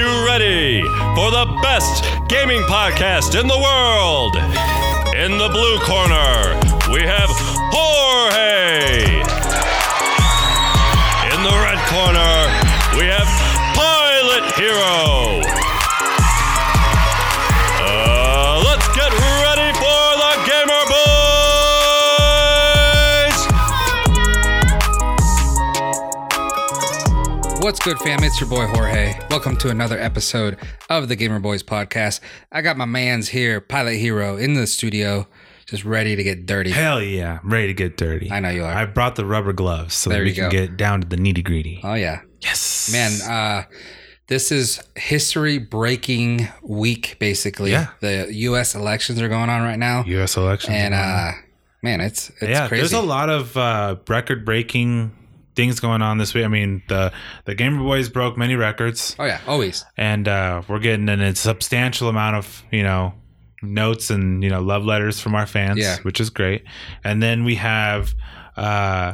ready for the best gaming podcast in the world. In the blue corner, we have Jorge. In the red corner, we have Pilot Hero. Uh, let's get ready for the Gamer Boys! What's good, fam? It's your boy Jorge. Welcome to another episode of the Gamer Boys Podcast. I got my man's here, Pilot Hero, in the studio, just ready to get dirty. Hell yeah, I'm ready to get dirty. I know you are. I brought the rubber gloves so There that we you can go. get down to the nitty gritty. Oh yeah, yes, man. Uh, this is history-breaking week, basically. Yeah. The U.S. elections are going on right now, U.S. elections, and man. uh, man, it's it's yeah, crazy. there's a lot of uh, record breaking things going on this week. I mean, the the Gamer Boys broke many records, Oh yeah, always. and uh, we're getting an, a substantial amount of you know notes and you know love letters from our fans, Yeah. which is great. And then we have uh,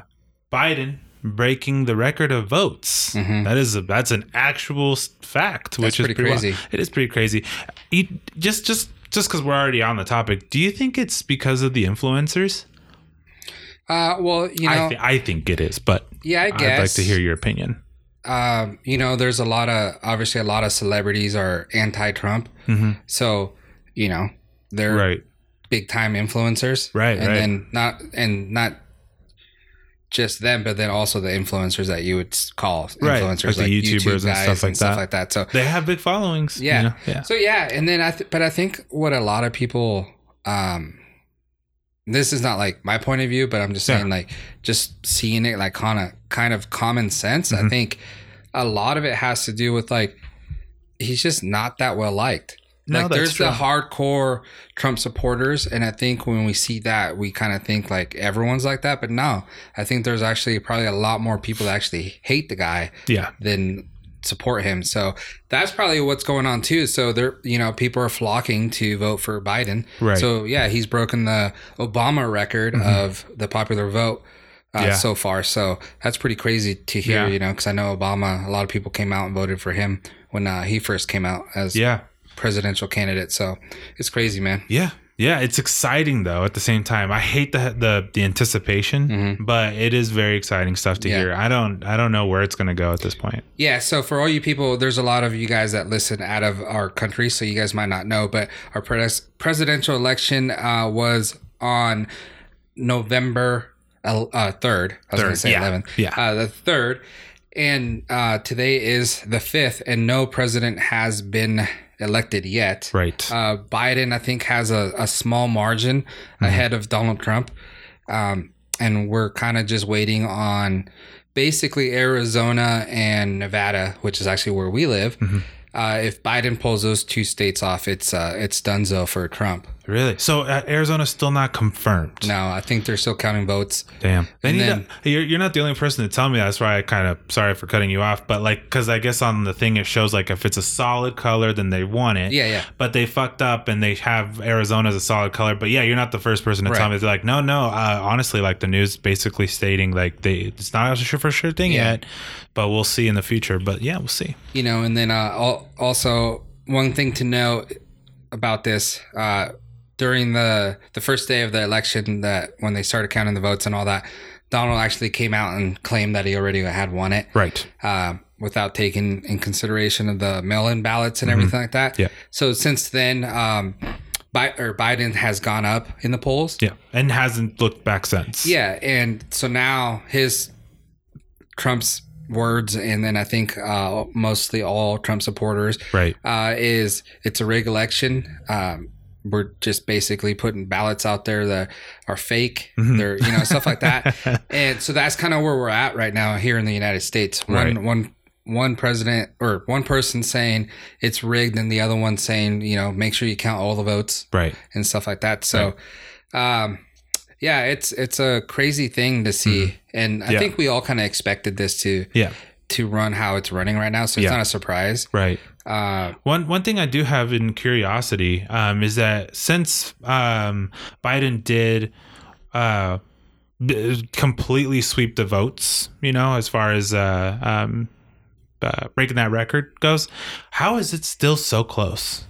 Biden breaking the record of votes. Mhm. That is a, that's an actual s- fact, That's which pretty is pretty wild. crazy. It is pretty crazy. You, just just just because we're already on the topic, do you think it's because of the influencers? Uh, well, you know, I, th- I think it is, but yeah, I guess. I'd like to hear your opinion. um, you know, there's a lot of obviously a lot of celebrities are anti-Trump, Mhm. so you know they're Right. big time influencers, Right, And right. then not and not just them, but then also the influencers that you would s- call Right, influencers, like the YouTubers and guys stuff like stuff that. like that. So They have big followings. you yeah. know? Yeah. So yeah, and then I th- but I think what a lot of people um this is not like my point of view, but I'm just saying Yeah. like just seeing it like on a kind of common sense. I Mhm. think a lot of it has to do with like he's just not that well liked. No, like that's there's the true. hardcore Trump supporters, and I think when we see that, we kind of think like everyone's like that. But no, I think there's actually probably a lot more people that actually hate the guy Yeah. than support him. So that's probably what's going on too. So they're you know people are flocking to vote for Biden. Right. Mm-hmm. So yeah, he's broken the Obama record of the popular vote. Uh, Yeah. So far, so that's pretty crazy to hear, Yeah. you know, because I know Obama. A lot of people came out and voted for him when uh, he first came out as Yeah. presidential candidate. So it's crazy, man. Yeah. Yeah, it's exciting though. At the same time, I hate the the, the anticipation, but it is very exciting stuff to Mm-hmm. Yeah. hear. I don't I don't know where it's going to go at this point. Yeah, so for all you people, there's a lot of you guys that listen out of our country, so you guys might not know, but our pres- presidential election uh, was on November el- uh, 3rd. I was going Third, to say yeah, 11th. yeah. Uh, the 3rd. And uh, today is the 5th, and no president has been elected yet. Right. Uh, Biden, I think, has a, a small margin ahead of Donald Trump. Um, and we're kind of just waiting on basically Arizona and Nevada, which is actually where we live. Uh, if Biden pulls those two states off, it's uh, it's donezo for Trump. really? So uh, Arizona's still not confirmed. No, I think they're still counting votes. Damn. They And need then- to- you're, you're not the only person to tell me that. That's why I kind of sorry for cutting you off, but like because I guess on the thing it shows like if it's a solid color, then they want it. Yeah, yeah. But they fucked up and they have Arizona as a solid color. But yeah, you're not the first person to tell Right. me. They're like, no, no. Uh, honestly, like the news basically stating like they it's not a sure for sure thing Yeah. yet, but we'll see in the future. But yeah, we'll see. you know and then uh, al- also one thing to know about this uh, during the the first day of the election that when they started counting the votes and all that donald actually came out and claimed that he already had won it Right. uh, without taking in consideration of the mail-in ballots and everything like that Mm-hmm. Yeah. so since then um, Bi- or biden has gone up in the polls Yeah, and hasn't looked back since. yeah, and so now his Trump's words, and then I think uh, mostly all Trump supporters, Right. uh, is it's a rig election. Um, we're just basically putting ballots out there that are fake, Mm-hmm. they're you know stuff like that, and so that's kind of where we're at right now here in the United States. One Right. one one president or one person saying it's rigged, and the other one saying you know make sure you count all the votes Right. and stuff like that. So, um, yeah, it's it's a crazy thing to see, and I Mm-hmm. Yeah. think we all kind of expected this to Yeah. to run how it's running right now. So it's Yeah. not a surprise. Right. Uh, One one thing I do have in curiosity um, is that since um, Biden did uh, d- completely sweep the votes, you know, as far as uh, um, uh, breaking that record goes, how is it still so close?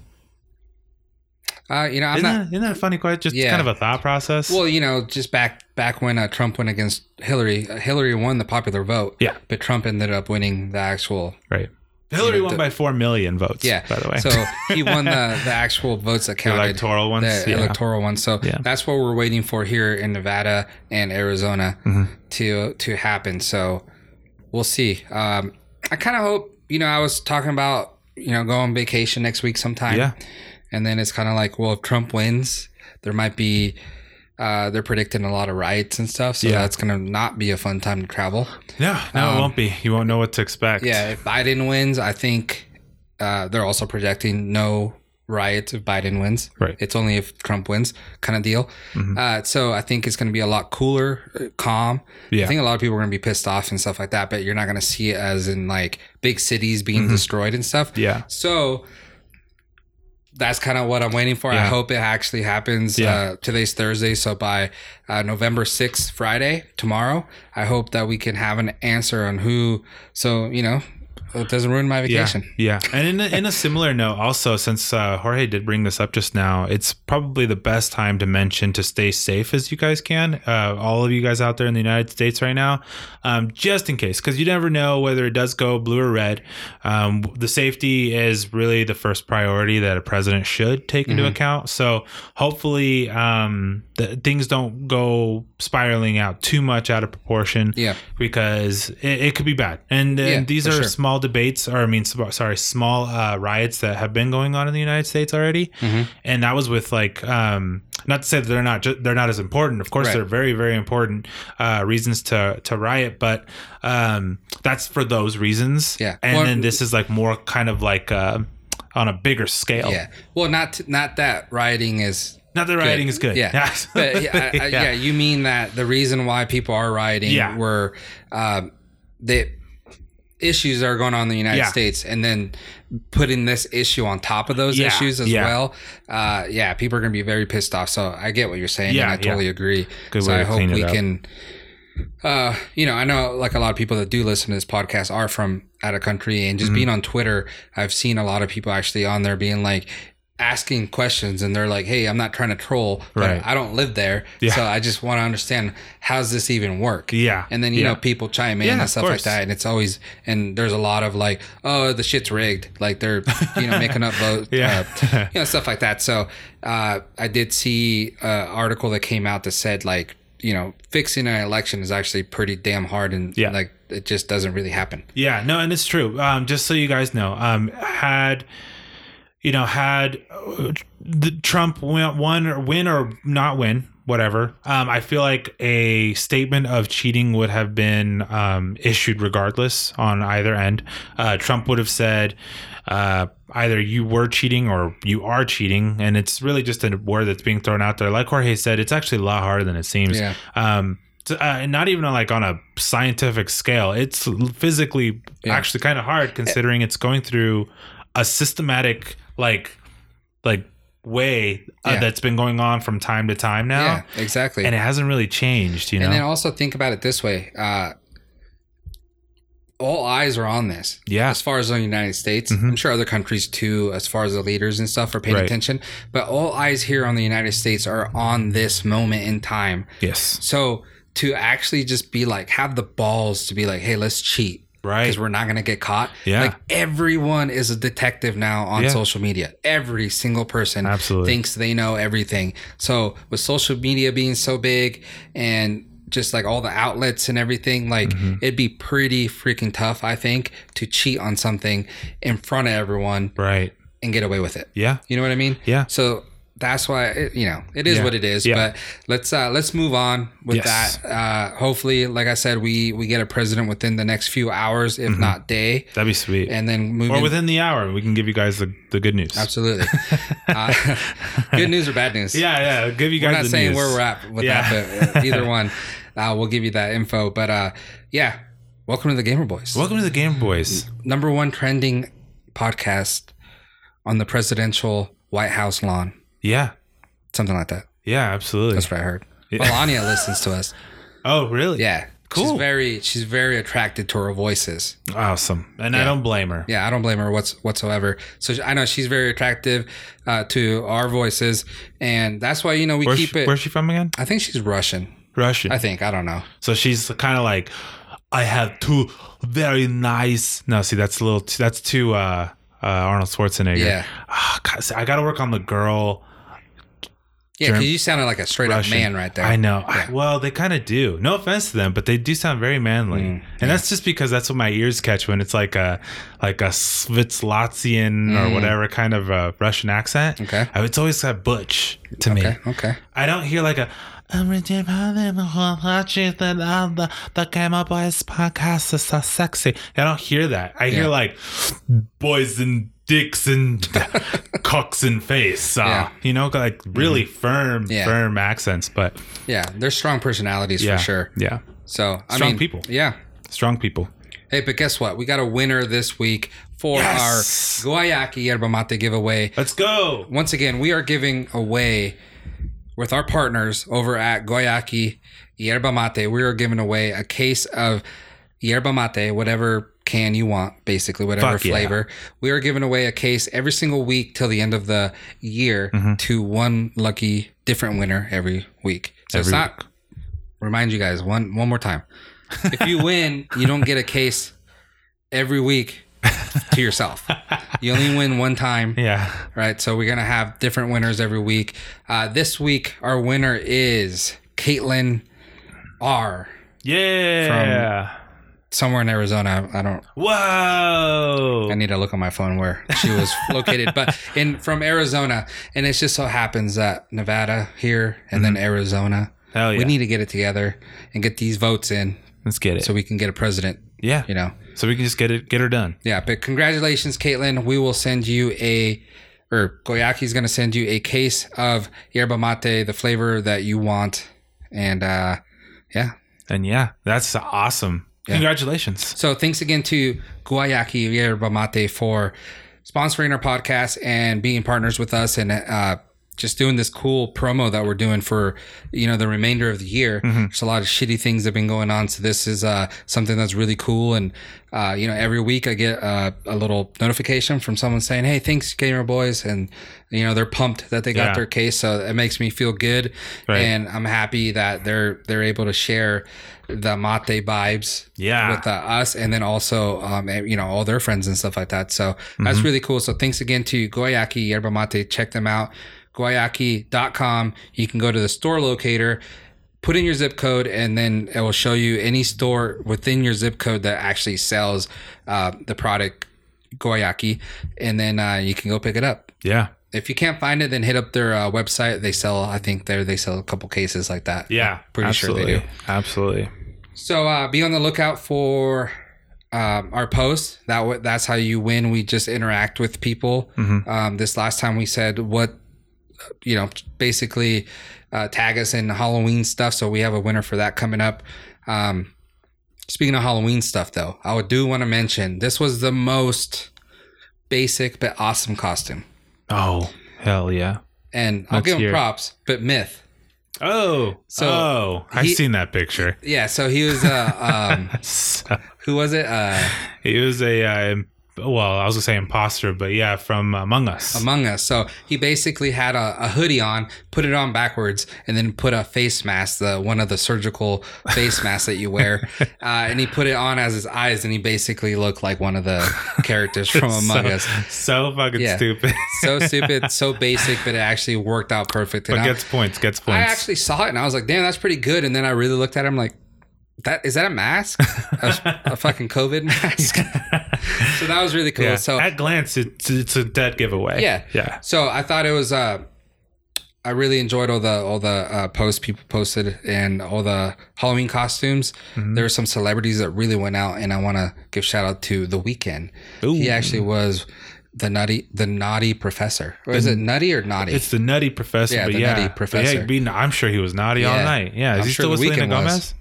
Uh, you know, I'm Isn't, not. that, isn't that a funny question? Just Yeah. kind of a thought process. Well, you know, just back back when uh, Trump went against Hillary, uh, Hillary won the popular vote. Yeah. but Trump ended up winning the actual. right. Hillary You know, won the- by four million votes. Yeah, by the way. so he won the the actual votes that the counted. electoral ones. The yeah. electoral one. So Yeah. that's what we're waiting for here in Nevada and Arizona Mhm. to to happen. So we'll see. Um, I kind of hope you know. I was talking about you know going on vacation next week sometime. Yeah. and then it's kind of like, well, if Trump wins, there might be. Uh, they're predicting a lot of riots and stuff, so Yeah. that's gonna not be a fun time to travel. No, no, Um, it won't be. You won't know what to expect. Yeah, if Biden wins, I think uh, they're also projecting no riots if Biden wins. Right. It's only if Trump wins, kind of deal. Mhm. Uh, so I think it's going to be a lot cooler, uh, calm. Yeah. I think a lot of people are going to be pissed off and stuff like that, but you're not going to see it as in like big cities being destroyed and stuff. Yeah. So that's kind of what I'm waiting for. I Yeah. hope it actually happens. Yeah. Uh, today's Thursday, so by uh, November 6th, Friday, tomorrow, I hope that we can have an answer on who. So you know, it doesn't ruin my vacation. Yeah, yeah. And in a, in a similar note, also since uh, Jorge did bring this up just now, it's probably the best time to mention to stay safe as you guys can. Uh, all of you guys out there in the United States right now, um, just in case, because you never know whether it does go blue or red. Um, the safety is really the first priority that a president should take Mm-hmm. into account. So hopefully, um, the, things don't go spiraling out too much out of proportion. Yeah. because it, it could be bad. And, and Yeah, these for are sure. small debates, or I mean, sm- sorry, small uh, riots that have been going on in the United States already. Mm-hmm. And that was with like, um, not to say that they're not ju- they're not as important. Of course, Right. they're very very important uh, reasons to to riot, but um, that's for those reasons. Yeah. And Well- then this is like more kind of like uh, on a bigger scale. Yeah. Well, not not that rioting is. Not that rioting is good. Yeah. But yeah, I, I, yeah, Yeah. you mean that the reason why people are rioting Yeah. were um, the issues that are going on in the United Yeah. States, and then putting this issue on top of those Yeah, issues as yeah. well. Uh, yeah, people are going to be very pissed off. So I get what you're saying, Yeah, and I yeah. totally agree. Good so way I to hope clean it we up. can. Uh, you know, I know like a lot of people that do listen to this podcast are from out of country, and Mm-hmm. just being on Twitter, I've seen a lot of people actually on there being like asking questions, and they're like, "Hey, I'm not trying to troll, but Right. I don't live there, Yeah. so I just want to understand how's this even work." Yeah. and then you Yeah. know people chime in Yeah, and of stuff like course. that, and it's always and there's a lot of like, "Oh, the shit's rigged," like they're you know making up votes, Yeah. uh, you know stuff like that. So uh, I did see an article that came out that said like you know fixing an election is actually pretty damn hard, and Yeah. like it just doesn't really happen. Yeah, no, and it's true. Um, just so you guys know, um, had you know had uh, the Trump win, won or win or not win, whatever. Um, I feel like a statement of cheating would have been um, issued regardless on either end. Uh, Trump would have said uh, either you were cheating or you are cheating, and it's really just a word that's being thrown out there. Like Jorge said, it's actually a lot harder than it seems Yeah. um t- uh, not even like on a scientific scale it's l- physically Yeah. actually kind of hard considering it's going through a systematic like like way uh, Yeah. that's been going on from time to time now Yeah, exactly. and it hasn't really changed you know And then also think about it this way: uh, all eyes are on this. Yeah. Mm-hmm. as far as the United States, I'm sure other countries too, as far as the leaders and stuff are paying Right. attention. But all eyes here on the United States are on this moment in time. yes So to actually just be like, have the balls to be like, hey, let's cheat. Right. Because we're not going to get caught. Yeah. Like everyone is a detective now on Yeah. social media. Every single person Absolutely. thinks they know everything. So with social media being so big and just like all the outlets and everything, like Mm-hmm. it'd be pretty freaking tough, I think, to cheat on something in front of everyone right and get away with it. yeah You know what I mean? Yeah. So that's why it, you know it is Yeah. what it is. Yeah. But let's uh, let's move on with Yes. that. Uh, hopefully, like I said, we we get a president within the next few hours, if not day, that'd be sweet and then move Mm-hmm. or in- within the hour we can give you guys the, the good news absolutely. uh, good news or bad news? yeah yeah give you guys We're not the saying news. where we're at with Yeah. that, but uh, either one, uh, we'll give you that info. But uh, yeah, welcome to the Gamer Boys, welcome to the game boys number one trending podcast on the presidential White House lawn, yeah something like that. yeah absolutely That's what I heard. Melania listens to us. oh really Yeah. Cool. She's very she's very attracted to her voices. Awesome. And I don't blame her. Yeah, I don't blame her what's whatsoever. So sh- I know she's very attractive uh, to our voices, and that's why you know we Where's, keep she, it. where's she from again? I think she's Russian. Russian. I think I don't know. so she's kind of like, I have two very nice. No, see, that's a little. Too, that's too uh, uh, Arnold Schwarzenegger. Yeah. Ah, God, see, I got to work on the girl. Yeah, Germ- because you sounded like a straight up Russian. man right there. I know. I- well, they kind of do. No offense to them, but they do sound very Mm, manly, and that's just because that's what my ears catch when it's like a like a Switzlatzian or whatever kind of a Russian accent. Mm-hmm. Okay. I, it's always got butch to me. Okay. Okay. I don't hear like a. I'm Richard Harden, the whole hot chick that uh, the the Gamma Boys podcast is so sexy. I don't hear that. I hear Yeah. like boys and dicks and cocks and face. Uh, Yeah. Mm-hmm. You know, like really firm, Yeah. firm accents. But Yeah, they're strong personalities yeah, for sure. yeah, So I Strong mean, people. Yeah. strong people. Hey, but guess what? We got a winner this week for Yes. our Guayaki Yerba Mate giveaway. Let's go. once again, we are giving away with our partners over at Goyaki Yerba Mate. We are giving away a case of yerba mate, whatever can you want, basically, whatever Fuck yeah. flavor. We are giving away a case every single week till the end of the year Mm-hmm. to one lucky different winner every week. So it's Every not remind you guys one one more time. If you win, you don't get a case every week to yourself. You only win one time Yeah. right? So we're gonna have different winners every week. Uh, this week, our winner is Caitlin R. Yeah. Somewhere in Arizona, I don't. Whoa. I need to look on my phone where she was located, but in from Arizona, and it just so happens that Nevada here, and then Arizona. Hell yeah. We need to get it together and get these votes in Let's get it. so we can get a president. yeah. You know, So we can just get it, get her done. Yeah, but congratulations, Caitlin. We will send you a, or Goyaki's going to send you a case of yerba mate, the flavor that you want. And uh, yeah, And yeah, that's awesome. Congratulations. so thanks again to Guayaki Yerba Mate for sponsoring our podcast and being partners with us and uh, just doing this cool promo that we're doing for you know the remainder of the year. Mm-hmm. There's a lot of shitty things that have been going on, so this is uh, something that's really cool. And uh, you know, every week I get uh, a little notification from someone saying, "Hey, thanks, Gamer Boys," and you know they're pumped that they got Yeah. their case, so it makes me feel good. Right. And I'm happy that they're they're able to share the mate vibes Yeah. with uh, us and then also um, and, you know all their friends and stuff like that so Mm-hmm. that's really cool so thanks again to goyaki yerba mate check them out goyaki.com you can go to the store locator put in your zip code and then it will show you any store within your zip code that actually sells uh, the product goyaki and then uh, you can go pick it up Yeah. if you can't find it then hit up their uh, website they sell i think there they sell a couple cases like that Yeah. pretty sure they do. Absolutely. So uh, be on the lookout for um, our posts. That w- that's how you win. We just interact with people. Mm-hmm. Um, this last time we said what you know, basically uh, tag us in Halloween stuff. So we have a winner for that coming up. Um, speaking of Halloween stuff, though, I do want to mention this was the most basic but awesome costume, Oh, hell yeah. and I'll Let's give hear him it. props. But myth, Oh. So, oh, I've he- seen that picture. yeah. So he was uh, um, who was it? Uh, He was a uh, im- well, I was gonna say imposter, but yeah, from Among Us. Among Us. So he basically had a, a hoodie on, put it on backwards, and then put a face mask, the one of the surgical face masks that you wear, uh, and he put it on as his eyes, and he basically looked like one of the characters from Among so, Us. so fucking Yeah. stupid. So stupid, so basic, but it actually worked out perfect. And but I, gets points. Gets I points. actually saw it, and I was like, "Damn, that's pretty good." And then I really looked at him like. That is that a mask, a, a fucking COVID mask. so that was really cool. yeah. So at glance, it's it's a dead giveaway. Yeah. Yeah. So I thought it was. Uh, I really enjoyed all the all the uh, posts people posted and all the Halloween costumes. Mm-hmm. There were some celebrities that really went out, and I want to give shout out to The Weeknd. He Ooh. actually was the nutty the naughty professor. Or is it nutty or naughty? Mm. It's the nutty professor. Yeah, but the yeah, nutty But yeah, professor. he'd been- I'm sure he was naughty all Yeah. night. Yeah. Is I'm he sure still with the Selena Weeknd was. Gomez?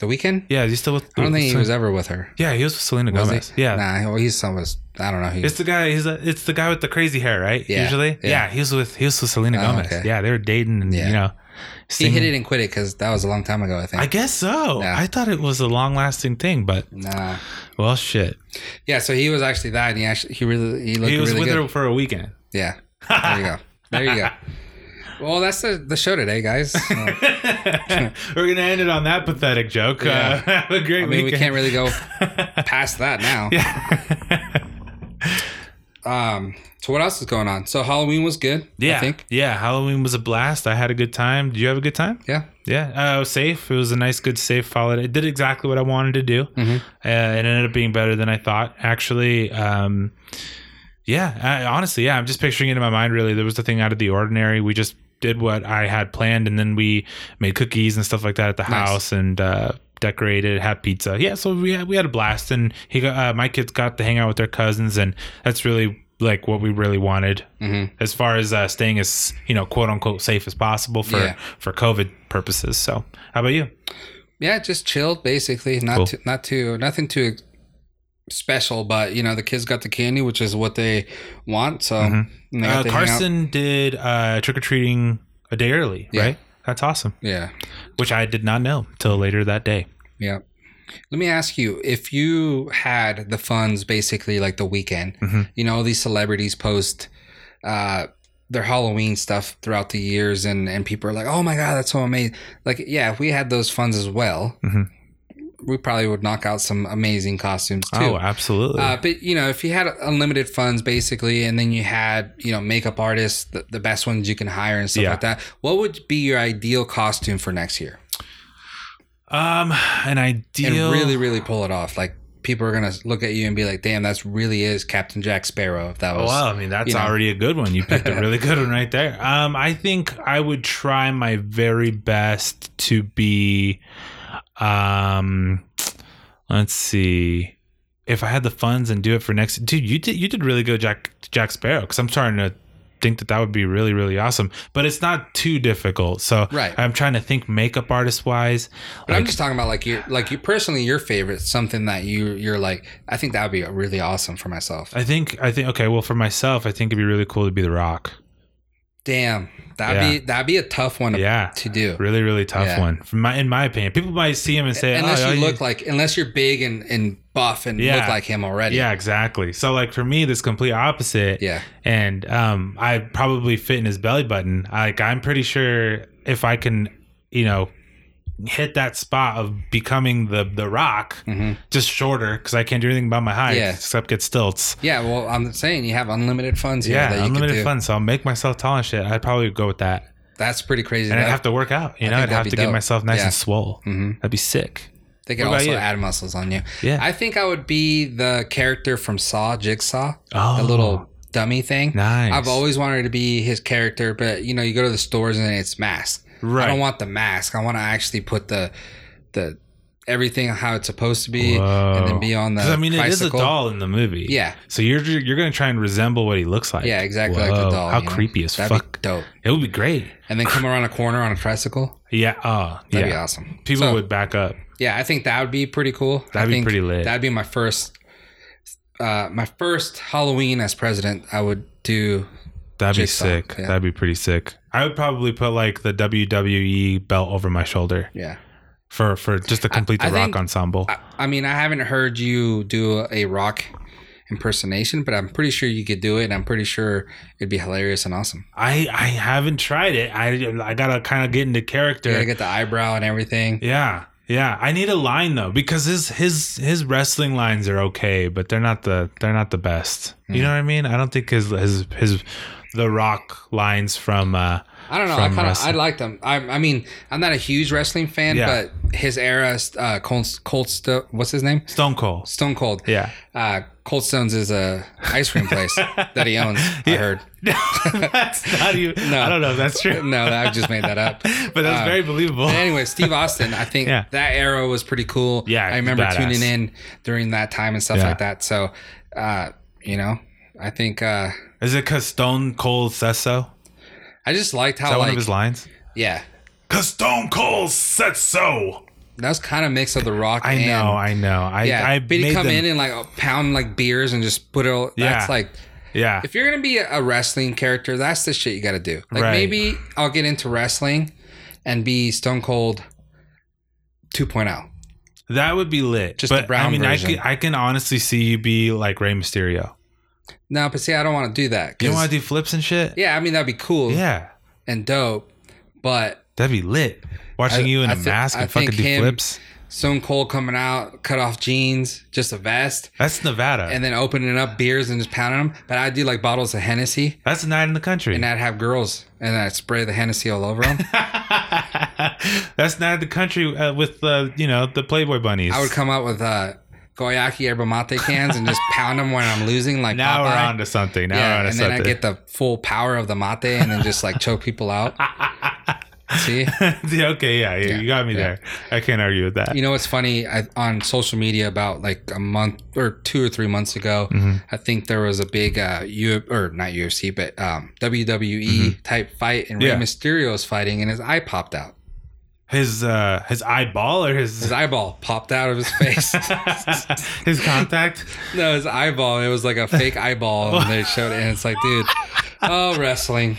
the Weeknd? Yeah. Is he still with? I don't think he was ever with her. Yeah, he was with Selena Was he? Gomez. Yeah. Nah. Well, he's some was. I don't know. He, It's the guy. He's a, it's the guy with the crazy hair, right? Yeah, Usually, yeah. yeah. He was with he was with Selena Oh, Gomez. okay. Yeah, they were dating, and Yeah. you know, He sing- hit it and quit it because that was a long time ago, I think. I guess so. Yeah. I thought it was a long lasting thing, but nah. well, shit. Yeah, so he was actually that, and he actually he really he looked he was really with good. her for a weekend. Yeah, there you go. There you go. Well, that's the, the show today, guys. Uh, We're gonna end it on that pathetic joke. Yeah. Uh, have a great I mean, we can't weekend. really go past that now. Um. So what else is going on? So Halloween was good. yeah, I think. yeah. Halloween was a blast. I had a good time. Did you have a good time? Yeah. Yeah, uh, I was safe. It was a nice, good, safe holiday. It did exactly what I wanted to do. Mm-hmm. Uh, it ended up being better than I thought, actually. Um, yeah, I, honestly, yeah. I'm just picturing it in my mind. Really, there was nothing out of the ordinary. We just did what I had planned, and then we made cookies and stuff like that at the house and uh, decorated, had pizza. Yeah, so we had, we had a blast, and he got, uh, my kids got to hang out with their cousins, and that's really like what we really wanted Mm-hmm. as far as uh, staying as you know quote unquote safe as possible for Yeah. for COVID purposes. So, how about you? Yeah, just chilled basically. Not Cool. too, not too nothing too special, but you know the kids got the candy, which is what they want. So and they got Uh, to hang out. Carson did uh, trick or treating a day early, Yeah. right? That's awesome. Yeah. Which I did not know till later that day. Yeah. Let me ask you if you had the funds basically like the weekend, Mm-hmm. you know, all these celebrities post uh, their Halloween stuff throughout the years, and, and people are like, oh my God, that's so amazing. Like, yeah, if we had those funds as well, we probably would knock out some amazing costumes too. Mm-hmm. Oh, absolutely. Uh, but you know, if you had unlimited funds basically, and then you had you know makeup artists, the, the best ones you can hire and stuff Yeah. like that, what would be your ideal costume for next year? um, and an ideal. really, really pull it off. Like people are gonna look at you and be like, "Damn, that's really is Captain Jack Sparrow." If that Oh, was wow. I mean, that's you know. already a good one. You picked a really good one right there. Um, I think I would try my very best to be, um, let's see, if I had the funds and do it for next. Dude, you did you did really good, Jack Jack Sparrow. Because I'm starting to think that that would be really really awesome. But it's not too difficult. So Right. I'm trying to think makeup artist wise. But I'm just talking about like your like you personally your favorite something that you you're like I think that would be really awesome for myself. I think I think okay. Well, for myself, I think it'd be really cool to be the Rock. Damn, that'd Yeah. be that'd be a tough one to, Yeah. to do. Really, really tough Yeah. one. From my, in my opinion, people might see him and say, unless oh, you oh, look like unless you're big and and buff and Yeah. look like him already. yeah, exactly. So, like for me, this complete opposite. Yeah. and um, I probably fit in his belly button. Like I'm pretty sure if I can, you know, hit that spot of becoming the the Rock, just shorter because I can't do anything about my height Mm-hmm. Yeah. except get stilts. Yeah, well, I'm saying you have unlimited funds here Yeah, that you unlimited do. unlimited fun. So I'll make myself tall and shit. I'd probably go with that. That's pretty crazy. And I'd That- have to work out. You know, think I'd that'd have be to get dope. myself nice Yeah. Mm-hmm. and swole. That'd be sick. they could What about also you? add muscles on you. Yeah. I think I would be the character from Saw Jigsaw. Oh. the little dummy thing. Nice. I've always wanted to be his character, but you know, you go to the stores and it's mask. Right. I don't want the mask. I want to actually put the the everything how it's supposed to be, and Whoa. then be on the. 'Cause, I mean, it is a bicycle. doll in the movie. Yeah. So you're you're gonna try and resemble what he looks like. Yeah, exactly like Whoa, the doll. How you know? creepy as That'd fuck. Be dope. It would be great. And then come around a corner on a tricycle. Yeah. Oh, That'd yeah. be awesome. People So, would back up. Yeah, I think that would be pretty cool. I That'd be think pretty lit. That'd be my first. Uh, my first Halloween as president, I would do. That'd be Jigsaw, sick. yeah. That'd be pretty sick. I would probably put like the WWE belt over my shoulder Yeah, for for just to complete the I rock think- ensemble. I, I mean, I haven't heard you do a rock impersonation, but I'm pretty sure you could do it. And I'm pretty sure it'd be hilarious and awesome. I I haven't tried it. I I gotta kind of get into character. You gotta get the eyebrow and everything. Yeah. Yeah, I need a line though because his his his wrestling lines are okay, but they're not the they're not the best. Hmm. You know what I mean? I don't think his his his the Rock lines from uh I don't know. I From kind of I wrestling. like them. I, I mean, I'm not a huge wrestling fan, Yeah. but his era, uh, Cold Cold Sto- what's his name? Stone Cold. Stone Cold. Yeah. Uh, Cold Stones is a ice cream place that he owns. I heard. that's not even. No. I don't know. if That's true, No, I just made that up. but that's Uh, very believable. But anyway, Steve Austin, I think Yeah. that era was pretty cool. Yeah, I remember badass. tuning in during that time and stuff Yeah. like that. So, uh, you know, I think uh, Is it because Stone Cold says so? Is I just liked that how one like of his lines? yeah, Because Stone Cold said so. that was kind of mix of the rock. I and, know. I know. I yeah, I but he made come them- in and like pound like beers and just put it. All, Yeah. That's like yeah. if you're gonna be a wrestling character, that's the shit you got to do. Like Right. maybe I'll get into wrestling. and be Stone Cold oh. 2.0. That would be lit. Just but the brown I mean, version. I, can, I can honestly see you be like Rey Mysterio. No, but see, I don't want to do that. You 'cause- want to do flips and shit? yeah, I mean that'd be cool Yeah. and dope, but That'd be lit. Watching I- you in I a thi- mask I and fucking think do him- flips. Stone Cold coming out, cut off jeans, just a vest, That's Nevada. and then opening up beers and just pounding them. But I'd do like bottles of Hennessy. That's a night in the country. and I'd have girls, and I'd spray the Hennessy all over them. That's not the country uh, with the you know the Playboy bunnies. I would come up with uh, goyaki yerba mate cans and just pound them when I'm losing, like now Popeye. we're on to something. Now yeah, we're on to and then something. I get the full power of the mate, and then just like choke people out. See, Yeah, okay, yeah, yeah, Yeah, you got me yeah. there. I can't argue with that. you know what's funny? I, on social media, about like a month or two or three months ago, I think there was a big uh, U or not UFC, but um, WWE type fight, and Yeah. Rey Mysterio was fighting, and his eye popped out. his uh, his eyeball or His his eyeball popped out of his face. his contact. No, his eyeball. It was like a fake eyeball, and they showed it, and it's like, dude, oh, wrestling.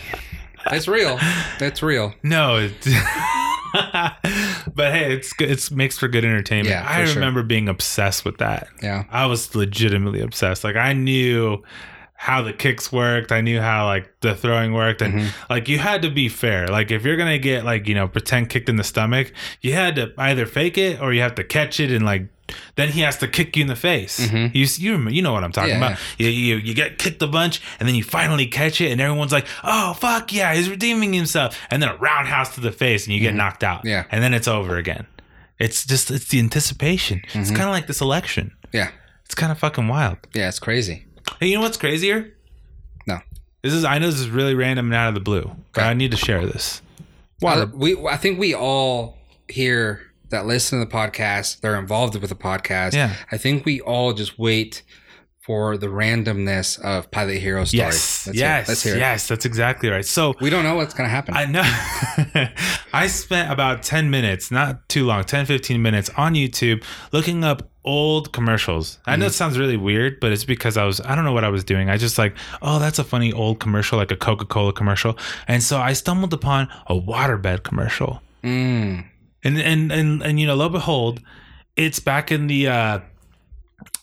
It's real. It's real. No, it, but hey, it's good- it's makes for good entertainment. Yeah, I for sure. remember being obsessed with that. Yeah. I was legitimately obsessed. Like I knew how the kicks worked. I knew how like the throwing worked, and Mm-hmm. like you had to be fair. Like if you're gonna get like you know pretend kicked in the stomach, you had to either fake it or you have to catch it and like. Then he has to kick you in the face. You s- you rem- you know what I'm talking Mm-hmm. Yeah, about. You, you you get kicked a bunch, and then you finally catch it, and everyone's like, "Oh fuck yeah, he's redeeming himself!" And then a roundhouse to the face, and you get knocked out. Mm-hmm. Yeah. and then it's over again. It's just it's the anticipation. It's Mm-hmm. kind of like this election. Yeah. It's kind of fucking wild. Yeah. It's crazy. Hey, you know what's crazier? No. This is I know this is really random and out of the blue, but I need to share this. Uh, we, I think we all here that listen to the podcast, they're involved with the podcast. Yeah. I think we all just wait for the randomness of Pilot Hero story. Let's Yes. Hear it. yes. Let's hear it. yes, that's exactly right. So We don't know what's going to happen. I know I spent about 10 minutes, not too long, 10, 15 minutes on YouTube looking up old commercials. I Mm-hmm. know it sounds really weird, but it's because I was, I don't know what I was doing. I just like, oh, that's a funny old commercial, like a Coca Cola commercial. And so I stumbled upon a waterbed commercial. mm. and and and and you know, lo and behold, it's back in the uh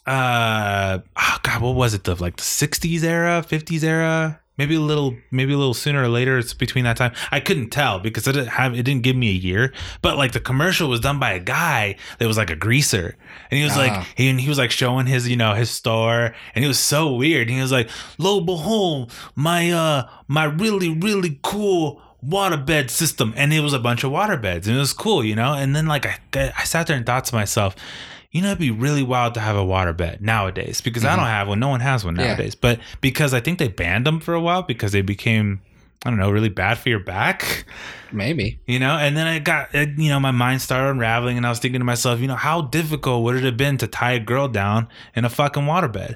uh oh god, what was it? The like the sixties era, fifties era, maybe a little maybe a little sooner or later. It's between that time. I couldn't tell because it didn't have it didn't give me a year. But like the commercial was done by a guy that was like a greaser. And he was Ah. like he and he was like showing his, you know, his store and he was so weird. He was like, Lo behold, my uh my really, really cool waterbed system and it was a bunch of waterbeds and it was cool you know and then like I, I sat there and thought to myself you know it'd be really wild to have a waterbed nowadays because i don't have one no one has one Yeah. nowadays but because i think they banned them for a while because they became i don't know really bad for your back Maybe. you know and then i got it, you know my mind started unraveling and i was thinking to myself you know how difficult would it have been to tie a girl down in a fucking waterbed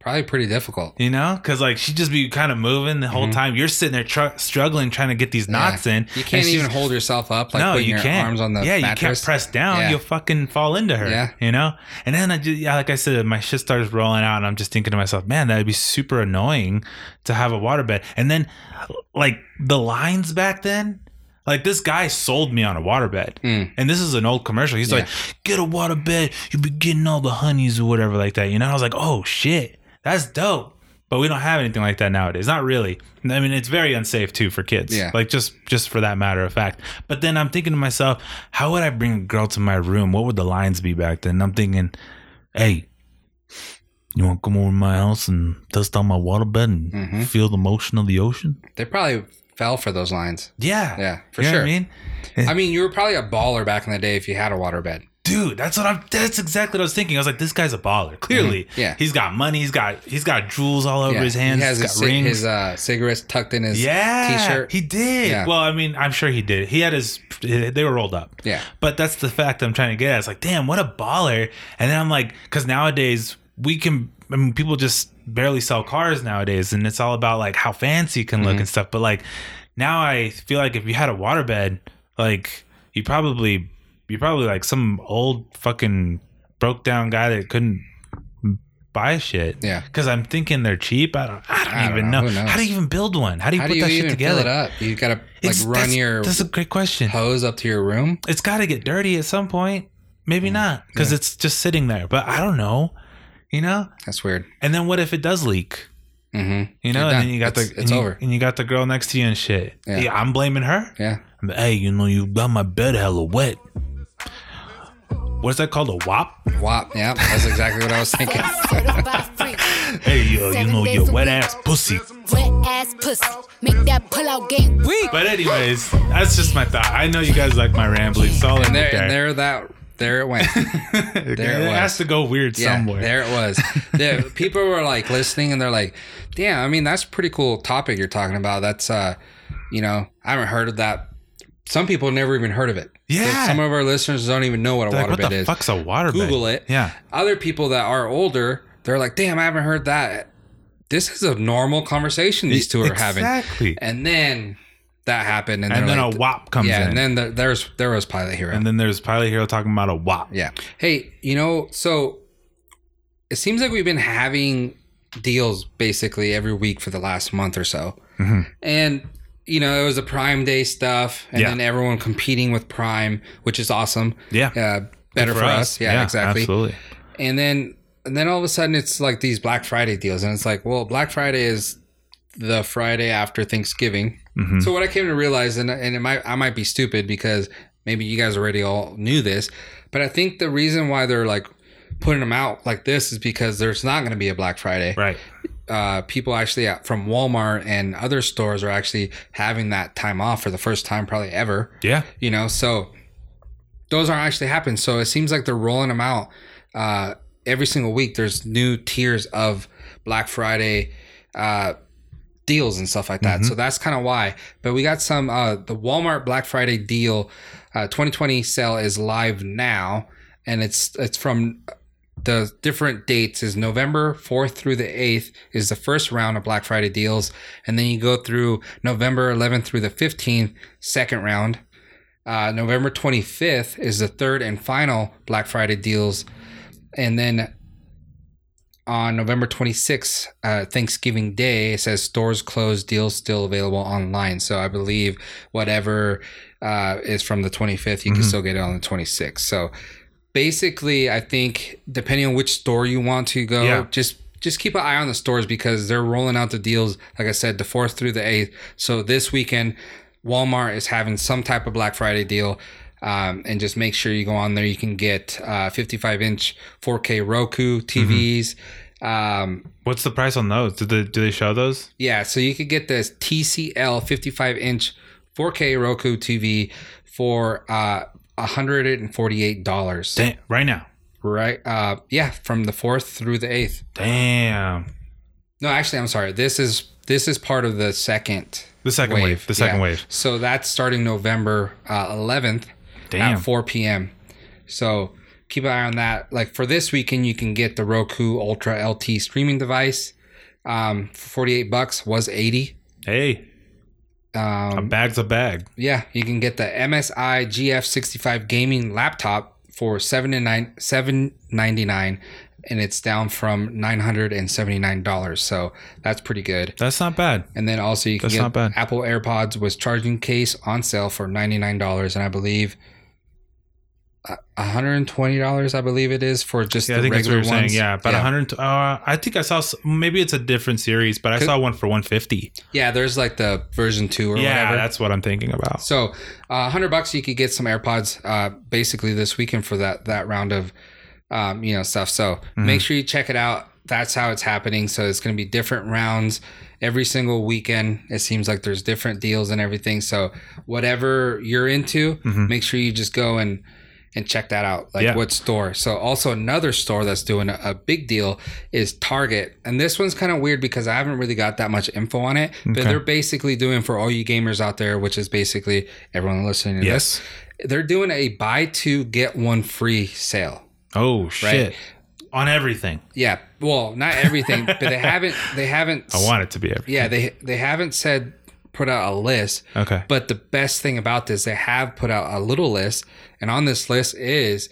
Probably pretty difficult. you know because like she'd just be kind of moving the whole time you're sitting there tr- struggling trying to get these knots Mm-hmm. Yeah. in You and can't she's- even hold yourself up. Like putting your arms on the yeah, you can't mattress. press down. Yeah. You'll fucking fall into her. Yeah. you know. And then I just, yeah, like I said, my shit starts rolling out, and I'm just thinking to myself, man, that'd be super annoying to have a waterbed. And then, like the lines back then. Like this guy sold me on a waterbed, Mm. and this is an old commercial. He's like, "Get a waterbed, you be getting all the honeys or whatever like that." You know, I was like, "Oh shit, that's dope." But we don't have anything like that nowadays. Not really. I mean, it's very unsafe too for kids. Yeah. Like just just for that matter of fact. But then I'm thinking to myself, how would I bring a girl to my room? What would the lines be back then? And I'm thinking, hey, you want to come over to my house and dust on my waterbed and Mm-hmm. feel the motion of the ocean? They probably fell for those lines. Yeah. Yeah, for You know what sure. I mean, I mean, you were probably a baller back in the day if you had a waterbed. dude that's what i'm that's exactly what i was thinking i was like this guy's a baller clearly Mhm. Yeah. he's got money he's got he's got jewels all over Yeah, his hands He has he's his, got ci- rings his uh, cigarettes tucked in his yeah t-shirt. he did Yeah. well i mean i'm sure he did he had his they were rolled up Yeah. but that's the fact i'm trying to get at it's like damn what a baller and then i'm like because nowadays we can i mean people just barely sell cars nowadays and it's all about like how fancy you can Mm-hmm. look and stuff but like now i feel like if you had a waterbed like you probably you probably like some old fucking broke down guy that couldn't buy shit. Yeah. Because I'm thinking they're cheap. I don't, I don't, I don't even know. know. Who knows? How do you even build one? How do you How put do you that even shit together? fill it up? You gotta like It's- run that's- your That's a great question. hose up to your room. It's got to get dirty at some point. Maybe not because it's just sitting there. But I don't know. You know. That's weird. And then what if it does leak? Mm-hmm. You know, You're and done. then you got It's- the it's and you, over. and you got the girl next to you and shit. Yeah. Yeah, I'm blaming her. Yeah. I'm, hey, you know, you got my bed hella wet. What's that called? A wop? Wop. Yeah. That's exactly what I was thinking. Hey, you, you know, you wet ass pussy. Wet ass pussy. Make that pull out game weak. But anyways, that's just my thought. I know you guys like my rambling, so I'll And end there, it there. and there that there it went. there it it was. has to go weird Yeah, somewhere. there it was. There, people were like listening, and they're like, "Damn, I mean, that's a pretty cool topic you're talking about. That's, uh, you know, I haven't heard of that. Some people never even heard of it. Yeah. some of our listeners don't even know what a They're like, waterbed what the is. fuck's a waterbed? Google it. Yeah. Other people that are older, they're like, "Damn, I haven't heard that. This is a normal conversation these two are having." Exactly. And then that happened, and, And they're then like, a wop comes yeah, in. and then the, there's there was Pilot Hero. and then there's Pilot Hero talking about a wop. Yeah. Hey, you know, so it seems like we've been having deals basically every week for the last month or so. Mm-hmm. And, you know, it was the Prime Day stuff and Yeah. then everyone competing with Prime, which is awesome. Yeah. Uh, better for, us. Yeah, exactly. Absolutely. And then and then all of a sudden it's like these Black Friday deals and it's like, well, Black Friday is the Friday after Thanksgiving. So what I came to realize, and and it might I might be stupid because maybe you guys already all knew this, but I think the reason why they're like putting them out like this is because there's not going to be a Black Friday. Right. Uh, people actually at, from Walmart and other stores are actually having that time off for the first time probably ever Yeah. you know so those aren't actually happening so it seems like they're rolling them out uh, every single week there's new tiers of black friday uh, deals and stuff like that so that's kind of why but we got some uh, the walmart black friday deal uh, 2020 sale is live now and it's it's from uh, the different dates is November 4th through the 8th is the first round of Black Friday deals. And then you go through November 11th through the 15th, second round. Uh, November 25th is the third and final Black Friday deals. And then on November 26th, uh, Thanksgiving Day, it says stores closed, deals still available online. So I believe whatever uh, is from the 25th, you can still get it on the 26th. So basically, I think depending on which store you want to go, Yeah. just just keep an eye on the stores because they're rolling out the deals. Like I said, the fourth through the eighth. So this weekend, Walmart is having some type of Black Friday deal. Um, and just make sure you go on there. You can get uh, 55 inch 4K Roku TVs. Um, What's the price on those? Do they do they show those? yeah, so you could get this TCL 55 inch 4K Roku TV for uh, $148. Damn, right now. Right? Uh, yeah, from the 4th through the 8th. Damn. No, actually, I'm sorry. This is this is part of the second The second wave. The second Yeah. wave. So that's starting November uh, 11th Damn. at 4 p.m. So keep an eye on that. Like for this weekend, you can get the Roku Ultra LT streaming device. Um, for 48 bucks was 80. Hey, a Um, bag's a bag. yeah, you can get the MSI GF65 gaming laptop for 79 799 and it's down from $979. So that's pretty good. That's not bad. And then also you can That's get not bad. Apple AirPods with charging case on sale for ninety nine dollars, and I believe uh, hundred and twenty dollars. I believe it is for just Yeah, I the think that's what regular you're saying. ones. Yeah, about yeah. 100. Uh, I think I saw. s- Maybe it's a different series, but I saw one for 150. Yeah, there's like the version two or Yeah, whatever. that's what I'm thinking about. So, uh, hundred bucks you could get some AirPods uh, basically this weekend for that that round of um, you know stuff. So make sure you check it out. That's how it's happening. So it's going to be different rounds every single weekend. It seems like there's different deals and everything. So whatever you're into, make sure you just go and and check that out. Like Yeah. what store? So also another store that's doing a, a big deal is Target, and this one's kind of weird because I haven't really got that much info on it. But Okay. they're basically doing for all you gamers out there, which is basically everyone listening to Yes. this, they're doing a buy two get one free sale. Oh shit. On everything. Yeah, well, not everything, but they haven't they haven't I want it to be everything. yeah they they haven't said put out a list. Okay. But the best thing about this, they have put out a little list, and on this list is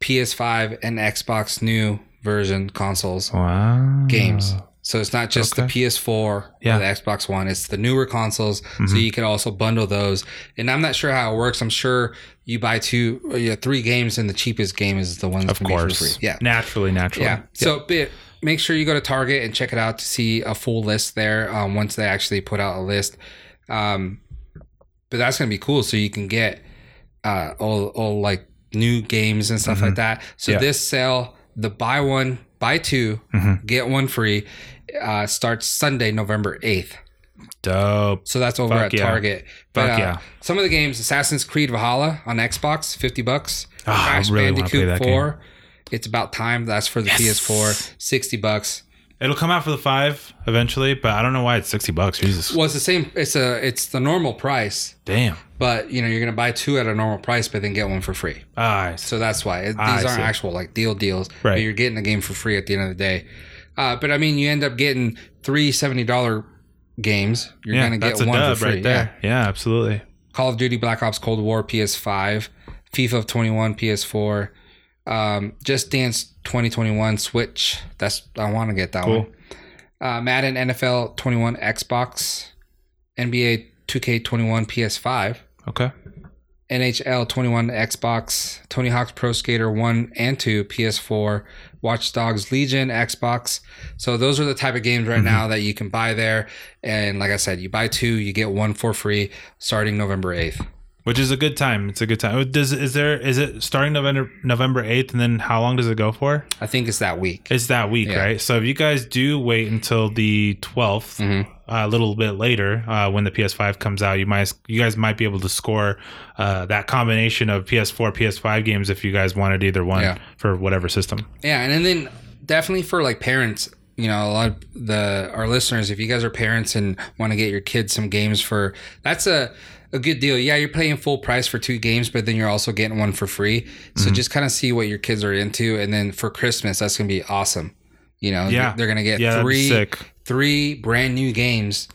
PS5 and Xbox new version consoles Wow. games. So it's not just Oh. Okay. the PS4 Yeah. Mm-hmm. or the Xbox One. It's the newer consoles. So you can also bundle those. And I'm not sure how it works. I'm sure you buy two, or, yeah, three games, and the cheapest game is the one that's Of gonna be for course. free. Yeah. Naturally, naturally. Yeah. So be- make sure you go to Target and check it out to see a full list there um, once they actually put out a list. Um, but that's going to be cool. So you can get uh, all, all like new games and stuff like that. So Yeah. this sale, the buy one, buy 2 get one free, uh, starts Sunday, November 8th. Dope. So that's over Fuck at yeah. Target. uh, Fuck yeah. Some of the games: Assassin's Creed Valhalla on Xbox, fifty bucks. Ah, I really wanna play that game. It's about time. That's for the PS4, sixty bucks. It'll come out for the five eventually, but I don't know why it's sixty bucks. Jesus. Well, it's the same. It's a it's the normal price, Damn. but you know you're gonna buy two at a normal price, but then get one for free. Ah, So that's why it, these I aren't see. actual like deal deals. But Right. you're getting the game for free at the end of the day. Uh, but I mean, you end up getting three seventy dollar games. You're yeah, gonna get that's a one dub for free. right there. Yeah. absolutely. Call of Duty Black Ops Cold War PS5, FIFA 21 PS4, um, Just Dance 2021 Switch. That's I want to get that Cool. one. Uh, Madden NFL 21 Xbox, NBA 2K 21 PS5, Okay. NHL 21 Xbox, Tony Hawk's Pro Skater 1 and 2 PS4, Watch Dogs Legion Xbox. So those are the type of games right now that you can buy there. And like I said, you buy two, you get one for free starting November 8th. Which is a good time. It's a good time. Does is there is it starting November November eighth, and then how long does it go for? I think it's that week. It's that week, Yeah. right? So if you guys do wait until the 12th Mm-hmm. a little bit later, uh, when the PS5 comes out, you might you guys might be able to score uh, that combination of PS4, PS5 games if you guys wanted either one Yeah. for whatever system. Yeah, and, and then definitely for like parents, you know, a lot of the our listeners, if you guys are parents and want to get your kids some games for that's a a good deal. Yeah, you're paying full price for two games, but then you're also getting one for free. So Mm-hmm. just kind of see what your kids are into and then for Christmas, that's going to be awesome. You know, Yeah. they're going to get Yeah, that'd be three sick. three brand new games